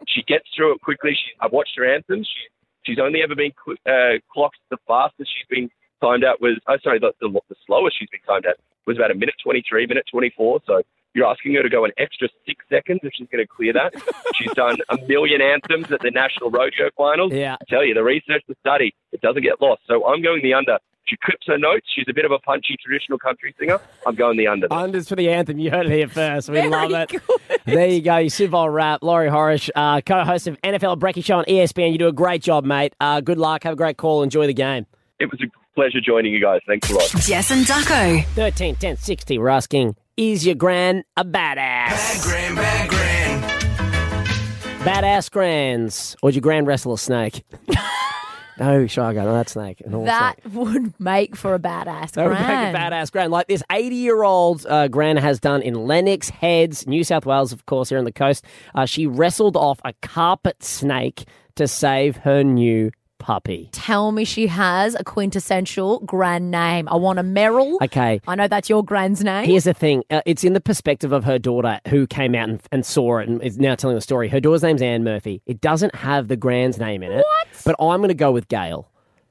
She gets through it quickly. She, I've watched her anthem. She, she's only ever been cl- uh, clocked the fastest she's been timed out was, oh, sorry, the, the, the slowest she's been timed out was about a minute 23, minute 24. So you're asking her to go an extra six seconds if she's going to clear that. she's done a million anthems at the National Rodeo Finals. Yeah. I tell you, the research, the study, it doesn't get lost. So I'm going the under. She clips her notes. She's a bit of a punchy traditional country singer. I'm going the under. Unders for the anthem. You heard it here first. We love it. There you go. Your Super Bowl wrap. Laurie Horish, uh, co-host of NFL Brekkie Show on E ESPN. You do a great job, mate. Uh, good luck. Have a great call. Enjoy the game. It was a pleasure joining you guys. Thanks a lot. Jess and Ducko. 13, 10, 60. We're asking, is your gran a badass? Grand, bad grand. Badass grands. Or is your grand wrestle a snake? no, Shargo, not that snake. An awful snake. That would make for a badass That would make grand. a badass grand. Like this 80 year old uh, grand has done in Lennox Heads, New South Wales, of course, here on the coast. Uh, she wrestled off a carpet snake to save her new puppy. Tell me she has a quintessential grand name. I want a Merrill. Okay. I know that's your grand's name. Here's the thing. Uh, it's in the perspective of her daughter who came out and, and saw it and is now telling the story. Her daughter's name's Anne Murphy. It doesn't have the grand's name in it. What? But I'm going to go with Gail.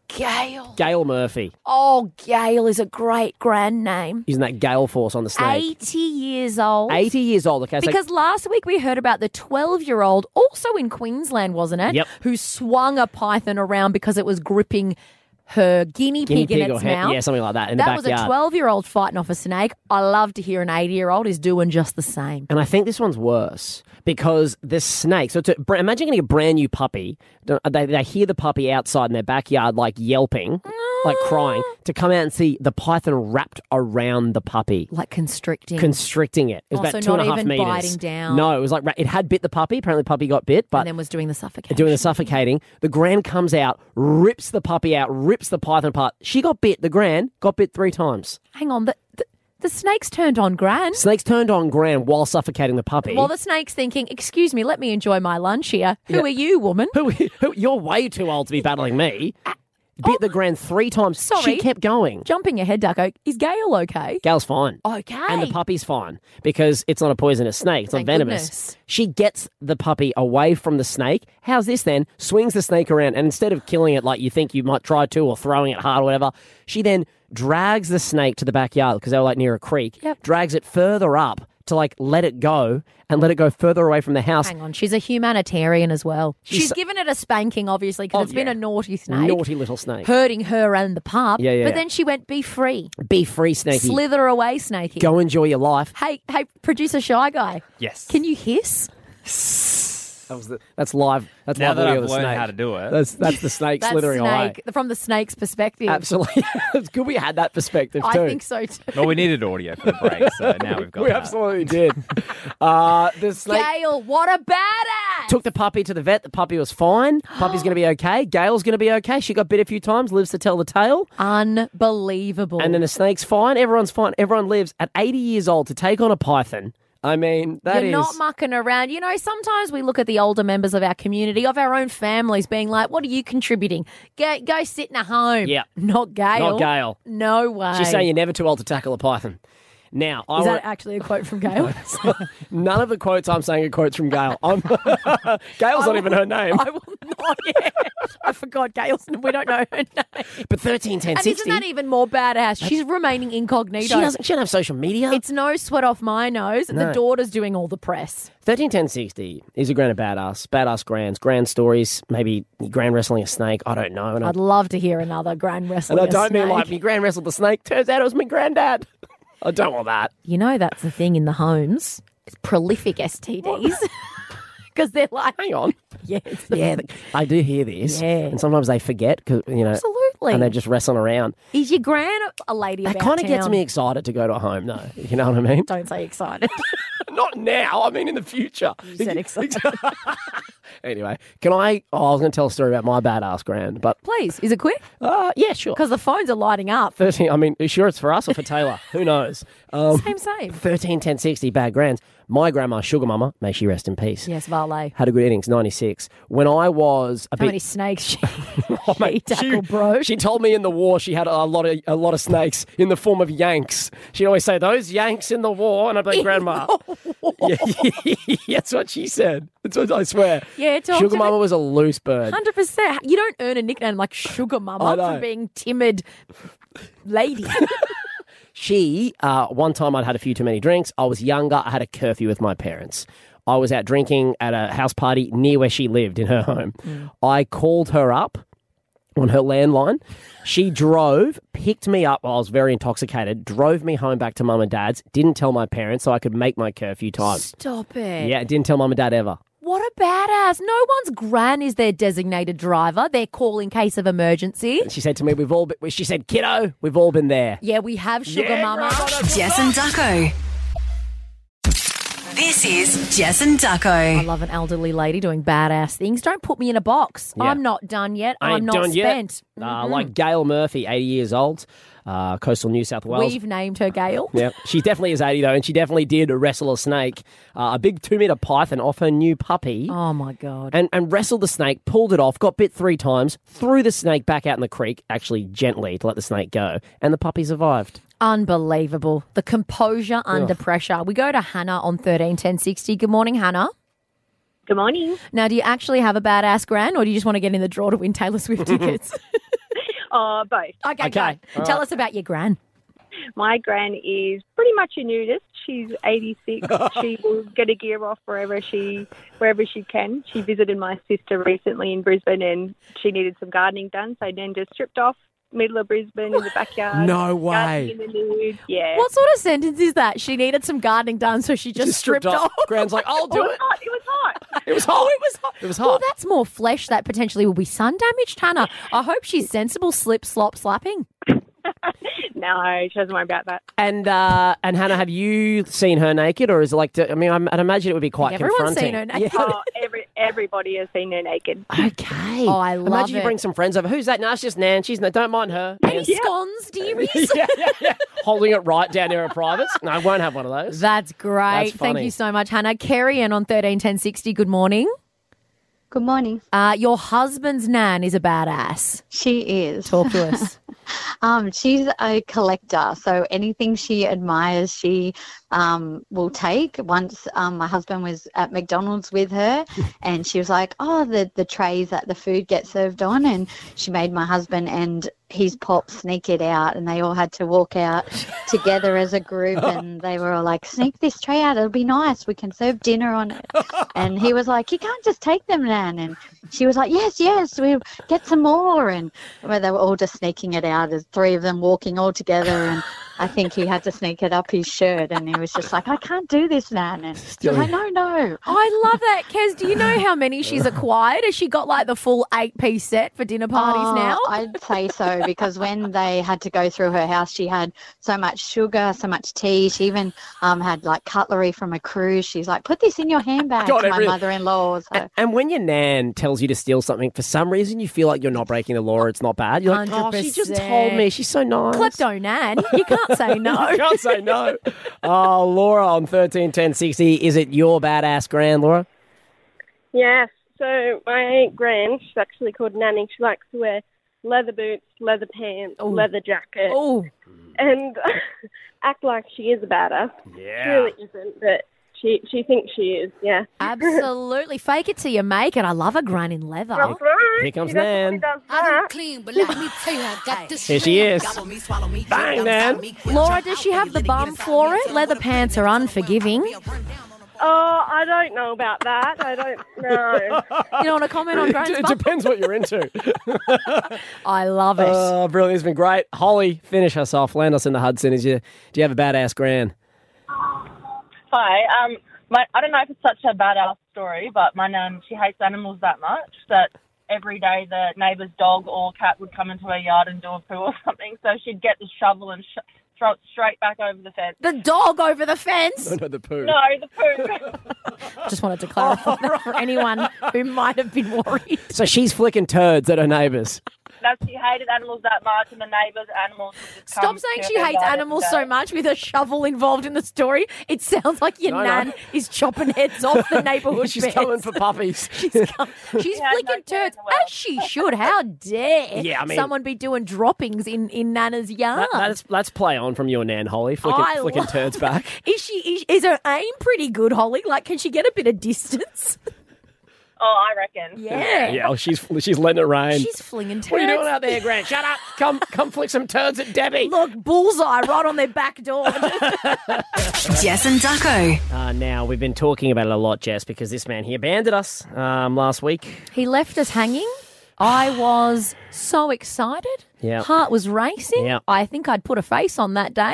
Gail. Gail Murphy. Oh, Gail is a great grand name. Isn't that Gale Force on the snake? 80 years old. 80 years old. Okay. so- Because last week we heard about the 12 year old, also in Queensland, wasn't it? Yep. Who swung a python around because it was gripping her guinea, Guinea in pig or its hen- mouth. yeah, something like that, in the that was a backyard. 12 year old fighting off a snake. I love to hear an 80 year old is doing just the same. And I think this one's worse because the snake. So it's a, br- imagine getting a brand new puppy. Don't- They, they hear the puppy outside in their backyard, like yelping, like crying, to come out and see the python wrapped around the puppy. Like constricting. Constricting it. It was Oh, so about two and a not half even meters. biting down. No, it was like ra- it had bit the puppy. Apparently, the puppy got bit, but and then was doing the suffocation. doing the suffocating. The grand comes out, rips the puppy out, rips the python apart. She got bit. The grand got bit three times. Hang on, the, the, the snake's turned on Gran. Snakes turned on grand while suffocating the puppy. Well, the snake's thinking, excuse me, let me enjoy my lunch here. Who Yeah. are you, woman? Who, who, you're way too old to be battling me. Bit the grand three times. Sorry. She kept going. Jumping ahead, Ducko. Is Gail okay? Gal's fine. Okay. And the puppy's fine because it's not a poisonous snake. It's Thank not venomous. goodness. She gets the puppy away from the snake. How's this then? Swings the snake around and instead of killing it like you think you might try to or throwing it hard or whatever, she then drags the snake to the backyard because they were like near a creek. Drags it further up to like let it go and let it go further away from the house. Hang on, she's a humanitarian as well. She's, She's- given it a spanking, obviously, because Oh, it's been yeah. a naughty snake. Naughty little snake. Hurting her and the pup. Yeah, yeah, But yeah. then she went, be free. Be free, snakey. Slither away, snakey. Go enjoy your life. Hey, hey, producer Shy Guy. Yes. Can you hiss? That was the, that's live. That's Now live that video I've of the learned snake. how to do it. That's that's the snake That's slithering away. snake, From the snake's perspective. Absolutely. it's good we had that perspective I too. think so too. Well, we needed audio for the break, so now we've got We that. absolutely did. uh, the snake Gail, what a badass! took the puppy to the vet. The puppy was fine. Puppy's going to be okay. Gail's going to be okay. She got bit a few times, lives to tell the tale. Oh. Unbelievable. And then the snake's fine. Everyone's fine. Everyone lives at 80 years old to take on a python. I mean, that You're is not mucking around. You know, sometimes we look at the older members of our community, of our own families, being like, what are you contributing? Go, go sit in a home. Yeah. Not Gail. Not Gail. No way. She's saying you're never too old to tackle a python. Now, I Is want that actually a quote from Gail? none of the quotes I'm saying are quotes from Gail. I'm, Gail's not even her name. I will not. Yeah. I forgot Gail's. We don't know her name. But thirteen ten And sixty. isn't that even more badass? She's remaining incognito. she doesn't. She doesn't have social media. It's no sweat off my nose. No. The daughter's doing all the press. Thirteen ten sixty is a grand of badass, badass grands, grand stories. Maybe grand wrestling a snake. I don't know. And I, I'd love to hear another grand wrestling. and I don't mean snake. like me grand wrestled the snake. Turns out it was my granddad. I don't want that. You know that's the thing in the homes. It's prolific STDs. Because they're like, hang on. Yeah, it's the- Yeah, I do hear this, Yeah. and sometimes they forget 'cause, you know, Absolutely. and they're just wrestling around. Is your gran a lady That about kind of gets town? me excited to go to a home, though. You know what I mean? Don't say excited. Not now. I mean, in the future. You said excited. Anyway, can I? Oh, I was going to tell a story about my badass grand, but Please, is it quick? uh, yeah, sure. Because the phones are lighting up. Thirteen. I mean, sure, it's for us or for Taylor. Who knows? Um, Same, same. Thirteen, ten, sixty. Bad grands. My grandma, sugar mama, may she rest in peace. Yes, valet. Had a good innings, ninety six. When I was a How bit, many snakes she, Oh, she mate, tackled, bro? She told me in the war she had a lot of a lot of snakes in the form of yanks. She'd always say those yanks in the war, and I'd be like, Grandma. Yeah, that's what she said. That's what I swear. Yeah, talk Sugar to Mama me. was a loose bird. 100%. You don't earn a nickname like Sugar I Mama know. for being timid lady. She uh, one time I'd had a few too many drinks. I was younger. I had a curfew with my parents. I was out drinking at a house party near where she lived in her home. Mm. I called her up. on her landline. She drove, picked me up while I was very intoxicated, drove me home back to mum and dad's, didn't tell my parents so I could make my curfew time. Stop it. Yeah, didn't tell mum and dad ever. What a badass. No one's gran is their designated driver. Their call in case of emergency. She said to me, "We've all." Been, she said, "Kiddo, we've all been there." Yeah, we have Sugar Mama. Jess and Ducko. This is Jess and I Ducko. love an elderly lady doing badass things. Don't put me in a box. Yeah. I'm not done yet. I ain't I'm not done yet. spent. Uh, like Gail Murphy, eighty years old, uh, coastal New South Wales. We've named her Gail. yeah, she definitely is 80 though, and she definitely did wrestle a snake, uh, a big two meter python off her new puppy. Oh my god. and, and wrestled the snake, pulled it off, got bit three times, threw the snake back out in the creek, actually gently to let the snake go, and the puppy survived. Unbelievable. The composure under pressure. We go to Hannah on 131060. Good morning, Hannah. Good morning. Now, do you actually have a badass gran or do you just want to get in the draw to win Taylor Swift tickets? Uh, both. Okay. okay, okay. All Tell right. us about your gran. My gran is pretty much a nudist. She's 86. she will get a gear off wherever she wherever she can. She visited my sister recently in Brisbane, and she needed some gardening done. So then just stripped off middle of Brisbane in the backyard. No way. gardening In the nude. Yeah. What sort of sentence is that? She needed some gardening done, so she just, stripped, off. Gran's like, I'll It do was it. hot. It was hot. It was hot. it was hot. It was Well, hot. that's more flesh that potentially will be sun damaged, Hannah. I hope she's sensible. Slip, slop, slapping. no, she doesn't worry about that. and uh, and Hannah, have you seen her naked, or is it like? I mean, I'm, I'd imagine it would be quite Everyone's confronting. seen her naked. Oh, every, everybody has seen her naked. Yeah. Okay. Oh, I love Imagine you it. bring some friends over. Who's that? No, it's just Nan. She's no, don't mind her. Any scones, dearies? yeah, yeah, yeah. Holding it right down near her privates. No, I won't have one of those. That's great. That's Thank funny. you so much, Hannah. Kerry and on thirteen ten sixty. Good morning. Good morning. Uh, your husband's nan is a badass. She is. Talk to us. Um, she's a collector, so anything she admires, she um, will take. Once um, my husband was at McDonald's with her, and she was like, "Oh, the the trays that the food gets served on," and she made my husband and his pop sneak it out, and they all had to walk out together as a group, and they were all like, "Sneak this tray out; it'll be nice. We can serve dinner on it." And he was like, "You can't just take them, Nan." And she was like, "Yes, yes, we'll get some more." And well, they were all just sneaking it out. As three of them walking all together, and I think he had to sneak it up his shirt, and he was just like, "I can't do this, Nan." And she was like, "No, no." I love that, Kez. Do you know how many she's acquired? Has she got like the full eight piece set for dinner parties Uh, Oh, now? I'd say so because when they had to go through her house, she had so much sugar, so much tea. She even um, had like cutlery from a cruise. She's like, "Put this in your handbag." God, to it my really- mother-in-law. So. And, and when your nan tells you to steal something, for some reason you feel like you're not breaking the law or it's not bad. You're like, oh, she just 100%. told me. She's so nice. Klepto nan. You can't say no. You can't say no. Oh, Laura on 131060. Is it your badass grand, Laura? Yes. So my aunt Gran, she's actually called Nanny. She likes to wear leather boots, leather pants, Ooh. leather jacket. Ooh. And act like she is a badass. Yeah. She really isn't, but she, she thinks she is, yeah. Absolutely. Fake it till you make it. I love a gran in leather. That's right. Here comes Nan. I don't clean, but let me tell you, I got this. Here she is. Bang, Nan. Laura, does she have the bum for it? Leather pants are unforgiving. Oh, I don't know about that. I don't know. You don't want to comment on Graham's it bum? depends what you're into. I love it. Oh, brilliant. It's been great. Holly, finish us off. Land us in the Hudson. Is you, do you have a badass gran? Hi. Um, my, I don't know if it's such a badass story, but my nan, she hates animals that much that every day the neighbour's dog or cat would come into her yard and do a poo or something. So she'd get the shovel and sh- throw it straight back over the fence. The dog over the fence. No, no, the poo. No, the poo. Just wanted to clarify that for anyone who might have been worried. So she's flicking turds at her neighbours. That's, she hated animals that much, and the neighbours' animals. would just Stop come saying to she her hates yard every animals day. so much with a shovel involved in the story. It sounds like your No, no. nan is chopping heads off the neighbourhood She's pets. coming for puppies. She's flicking turds as she should. How dare Yeah, I mean- someone be doing droppings in, in Nana's yard? Let- let's, let's play on from your nan, Holly. Flicking, I flicking love- turds back. Is she is, is her aim pretty good, Holly? Like, can she get a bit of distance? Oh, I reckon. Yeah. Yeah, oh, she's she's letting it rain. She's flinging turds. What are you doing out there, Grant? Shut up. Come come flick some turds at Debbie. Look, bullseye right on their back door. Jess and Ducko. Uh, now, we've been talking about it a lot, Jess, because this man here banded us um, last week. he left us hanging. I was so excited. Yeah. Heart was racing. Yeah. I think I'd put a face on that day.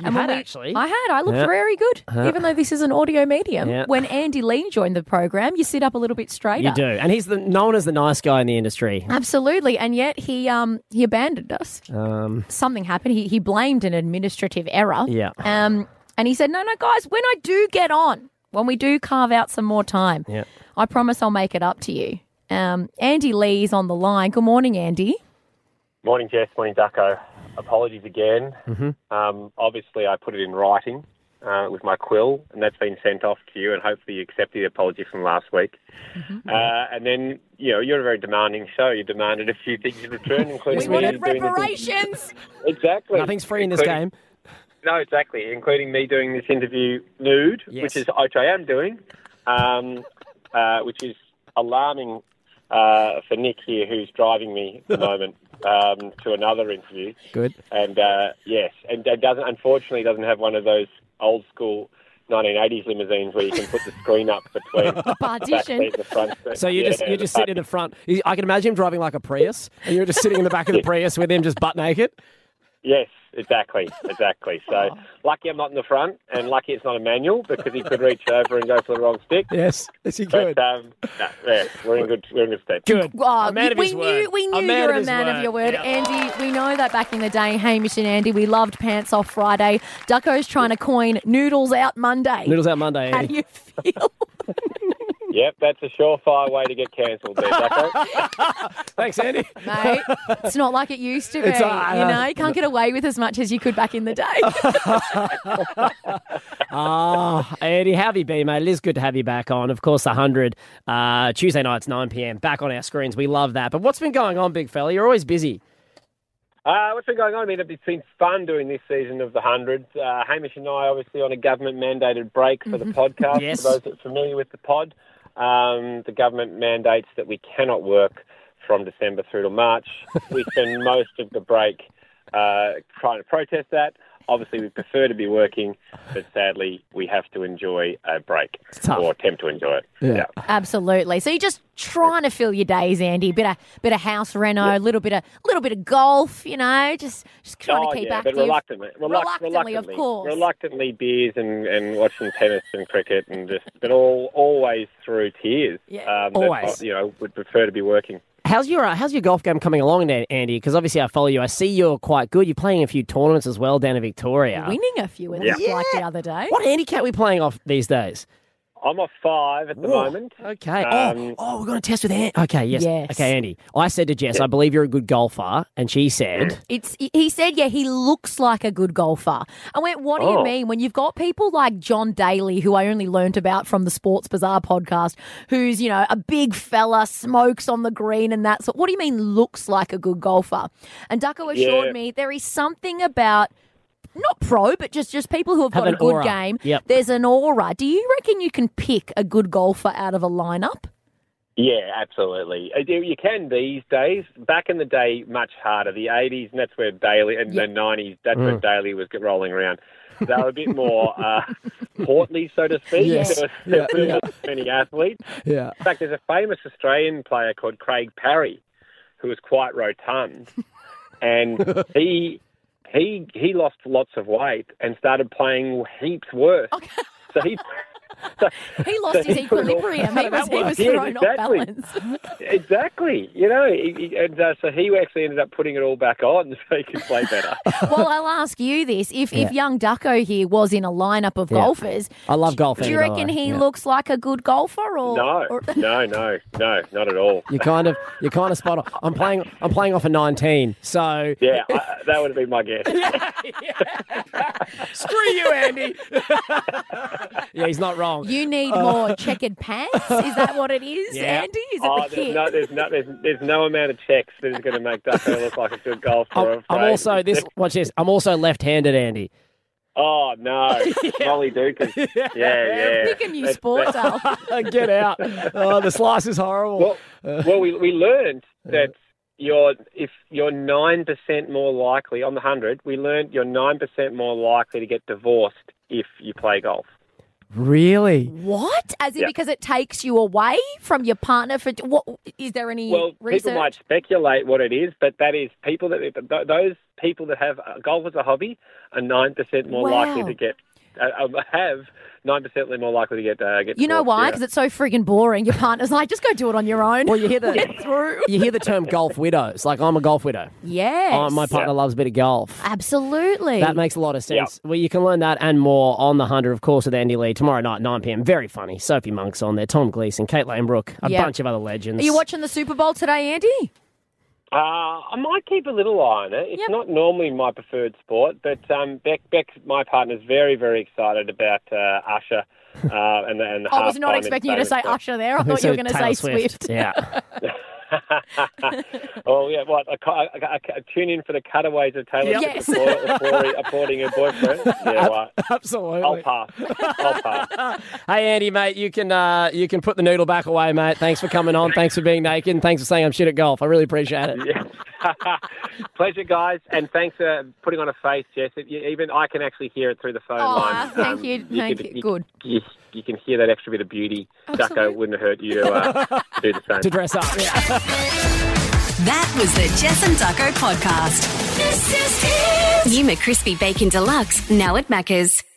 when had, we- actually. I had. I looked Yeah. very good, Yeah. even though this is an audio medium. Yeah. When Andy Lee joined the program, you sit up a little bit straighter. You do. And he's the known as the nice guy in the industry. Absolutely. And yet he um he abandoned us. Um, something happened. He, he blamed an administrative error. Yeah. Um, and he said, no, no, guys, when I do get on, when we do carve out some more time, yeah. I promise I'll make it up to you. Um, Andy Lee's on the line. Good morning, Andy. Morning, Jess. Morning, Ducko. Apologies again. Mm-hmm. Um, obviously, I put it in writing uh, with my quill, and that's been sent off to you, and hopefully you accept the apology from last week. Uh, and then, you know, you're a very demanding show. You demanded a few things in return, including me doing this- Exactly. Nothing's free in this Including- game. No, exactly, including me doing this interview nude, which is which I am doing, um, uh, which is alarming uh, for Nick here, who's driving me at the moment um, to another interview. Good. And uh, yes, and it doesn't unfortunately doesn't have one of those old school 1980s limousines where you can put the screen up between the back Partition. seat and the front. seat. So you're Yeah, just you're the just sitting in the front. You- I can imagine him driving like a Prius, and you're just sitting in the back of the Prius with him just butt naked. Yes, exactly, exactly. So Oh. lucky I'm not in the front, and lucky it's not a manual because he could reach over and go for the wrong stick. Yes, yes, he could. But, um, no, yeah, we're in good, we're in good stead. Good. Oh, man of we his knew word. we A knew man you're of a his man of word. your word, Andy. We know that back in the day, Hamish and Andy, we loved pants off Friday. Ducko's trying to coin noodles out Monday. Noodles out Monday. eh? How Andy. do you Yep, that's a surefire way to get cancelled there, Ducko. Thanks, Andy. Mate, it's not like it used to be. It's, uh, you know, you can't get away with as much as you could back in the day. Ah, Andy, how have you been, mate? It is good to have you back on. Of course, 100 uh, Tuesday nights, 9 p.m. Back on our screens. We love that. But what's been going on, big fella? You're always busy. Uh, what's been going on? I mean, it's been fun doing this season of the hundreds. Uh, Hamish and I, obviously, on a government mandated break for the podcast. Yes. For those that are familiar with the pod, um, the government mandates that we cannot work from December through to March. we spend most of the break uh, trying to protest that. Obviously, we prefer to be working, but sadly, we have to enjoy a break or attempt to enjoy it. Yeah. Absolutely. So you're just trying to fill your days, Andy. Bit of bit of house reno, a little bit of little bit of golf. You know, just just trying oh, to keep yeah, active. But reluctantly, reluct- Reluctantly, of course. Reluctantly, beers and, and watching tennis and cricket and just, but all always through tears. Yeah, Oh, um, always. That, you know, would prefer to be working. How's your uh, how's your golf game coming along, Dan- Andy? Because obviously I follow you. I see you're quite good. You're playing a few tournaments as well down in Victoria. Winning a few, it Yeah. looked like the other day. What handicap are we playing off these days? I'm off five at the Whoa, moment. Okay. Um, oh, oh, we're going to test with Andy. Okay, yes. Yes. Okay, Andy. I said to Jess, I believe you're a good golfer. And she said, It's he said, yeah, he looks like a good golfer. I went, what do Oh. you mean? When you've got people like John Daly, who I only learnt about from the Sports Bazaar podcast, who's you know a big fella, smokes on the green and that sort. What do you mean looks like a good golfer? And Ducko assured Yeah. me there is something about. Not pro, but just, just people who have, Have got a an good aura. game. Yep. There's an aura. Do you reckon you can pick a good golfer out of a lineup? Yeah, absolutely. Uh, You you can these days. Back in the day, much harder. The 80s, and that's where Daly, and the 90s, that's where Mm. Daly was get- rolling around. They were a bit more uh, portly, so to speak. Yes. There was- Yeah, there yeah. wasn't many athletes. Yeah. In fact, there's a famous Australian player called Craig Parry, who was quite rotund, and he he he lost lots of weight and started playing heaps worse. So he. so- He so lost his he put it all- equilibrium. He was, he was Yeah, thrown off exactly. balance. Exactly. You know, he, he- and uh, so he actually ended up putting it all back on so he could play better. well, I'll ask you this: if Yeah. if young Ducko here was in a lineup of Yeah. golfers, I love golf. do you Andy, by the reckon way. he Yeah. looks like a good golfer? Or, no, or- no, no, no, not at all. You kind of, you kind of spot on. I'm playing, I'm playing off a 19. So Yeah, I, that would have been my guess. Screw you, Andy. yeah, he's not wrong. you need Uh, more checkered pants? Is that what it is, Yeah. Andy? Is it Oh, the there's kit? no, there's, no, there's, there's no amount of checks that is going to make Ducko look like a good golfer. I'm, I'm afraid. also this. Watch this. I'm also left-handed, Andy. Oh no, Molly Dukas. Yeah, yeah. Pick a new sport, Al. Get out. Uh, Oh, the slice is horrible. Well, we we learned that you're if you're nine percent more likely on the hundred. We learned you're nine percent more likely to get divorced if you play golf. really? What? As in Yeah. because it takes you away from your partner? For what? Is there any Well, research? people might speculate what it is, but that is people that th- those people that have uh, golf as a hobby are nine percent more Wow. likely to get uh, uh, have nine percent more likely to get uh, get. you know divorced, why? yeah. Because it's so friggin' boring. Your partner's like, just go do it on your own. Well, you hear that? Get through. You hear the term golf widow. It's like I'm a golf widow. Yes. Oh, my partner loves a bit of golf. Absolutely. That makes a lot of sense. Well, you can learn that and more on the Hunter, of course, with Andy Lee tomorrow night, 9 p.m. Very funny. Sophie Monk's on there, Tom Gleason, Kate Lanebrook, a Yeah. bunch of other legends. Are you watching the Super Bowl today, Andy? Uh, I might keep a little eye on it. It's not normally my preferred sport, but um, Beck, Beck, my partner's very, very excited about uh, Usher uh, and the and the I was not halftime expecting you to say entertainment Usher there. I thought you were going to say Swift. Yeah. stuff. oh yeah, what? A, ca- a, a, a tune in for the cutaways of Taylor Yep. Swift Yes. applaud- applauding, applauding her boyfriend. Yeah, right. Absolutely. I'll pass. I'll pass. Hey, Andy, mate, you can uh, you can put the noodle back away, mate. Thanks for coming on. Thanks for being naked. And thanks for saying I'm shit at golf. I really appreciate it. Pleasure, guys, and thanks for putting on a face, Jess. It, you, even I can actually hear it through the phone Oh, line. thank Um, you. Thank could- you. Good. you, you can hear that extra bit of beauty. Ducko it wouldn't hurt you uh, to do the same. To dress up. That was the Jess and Ducko podcast. New McCrispy Bacon Deluxe, now at Macca's.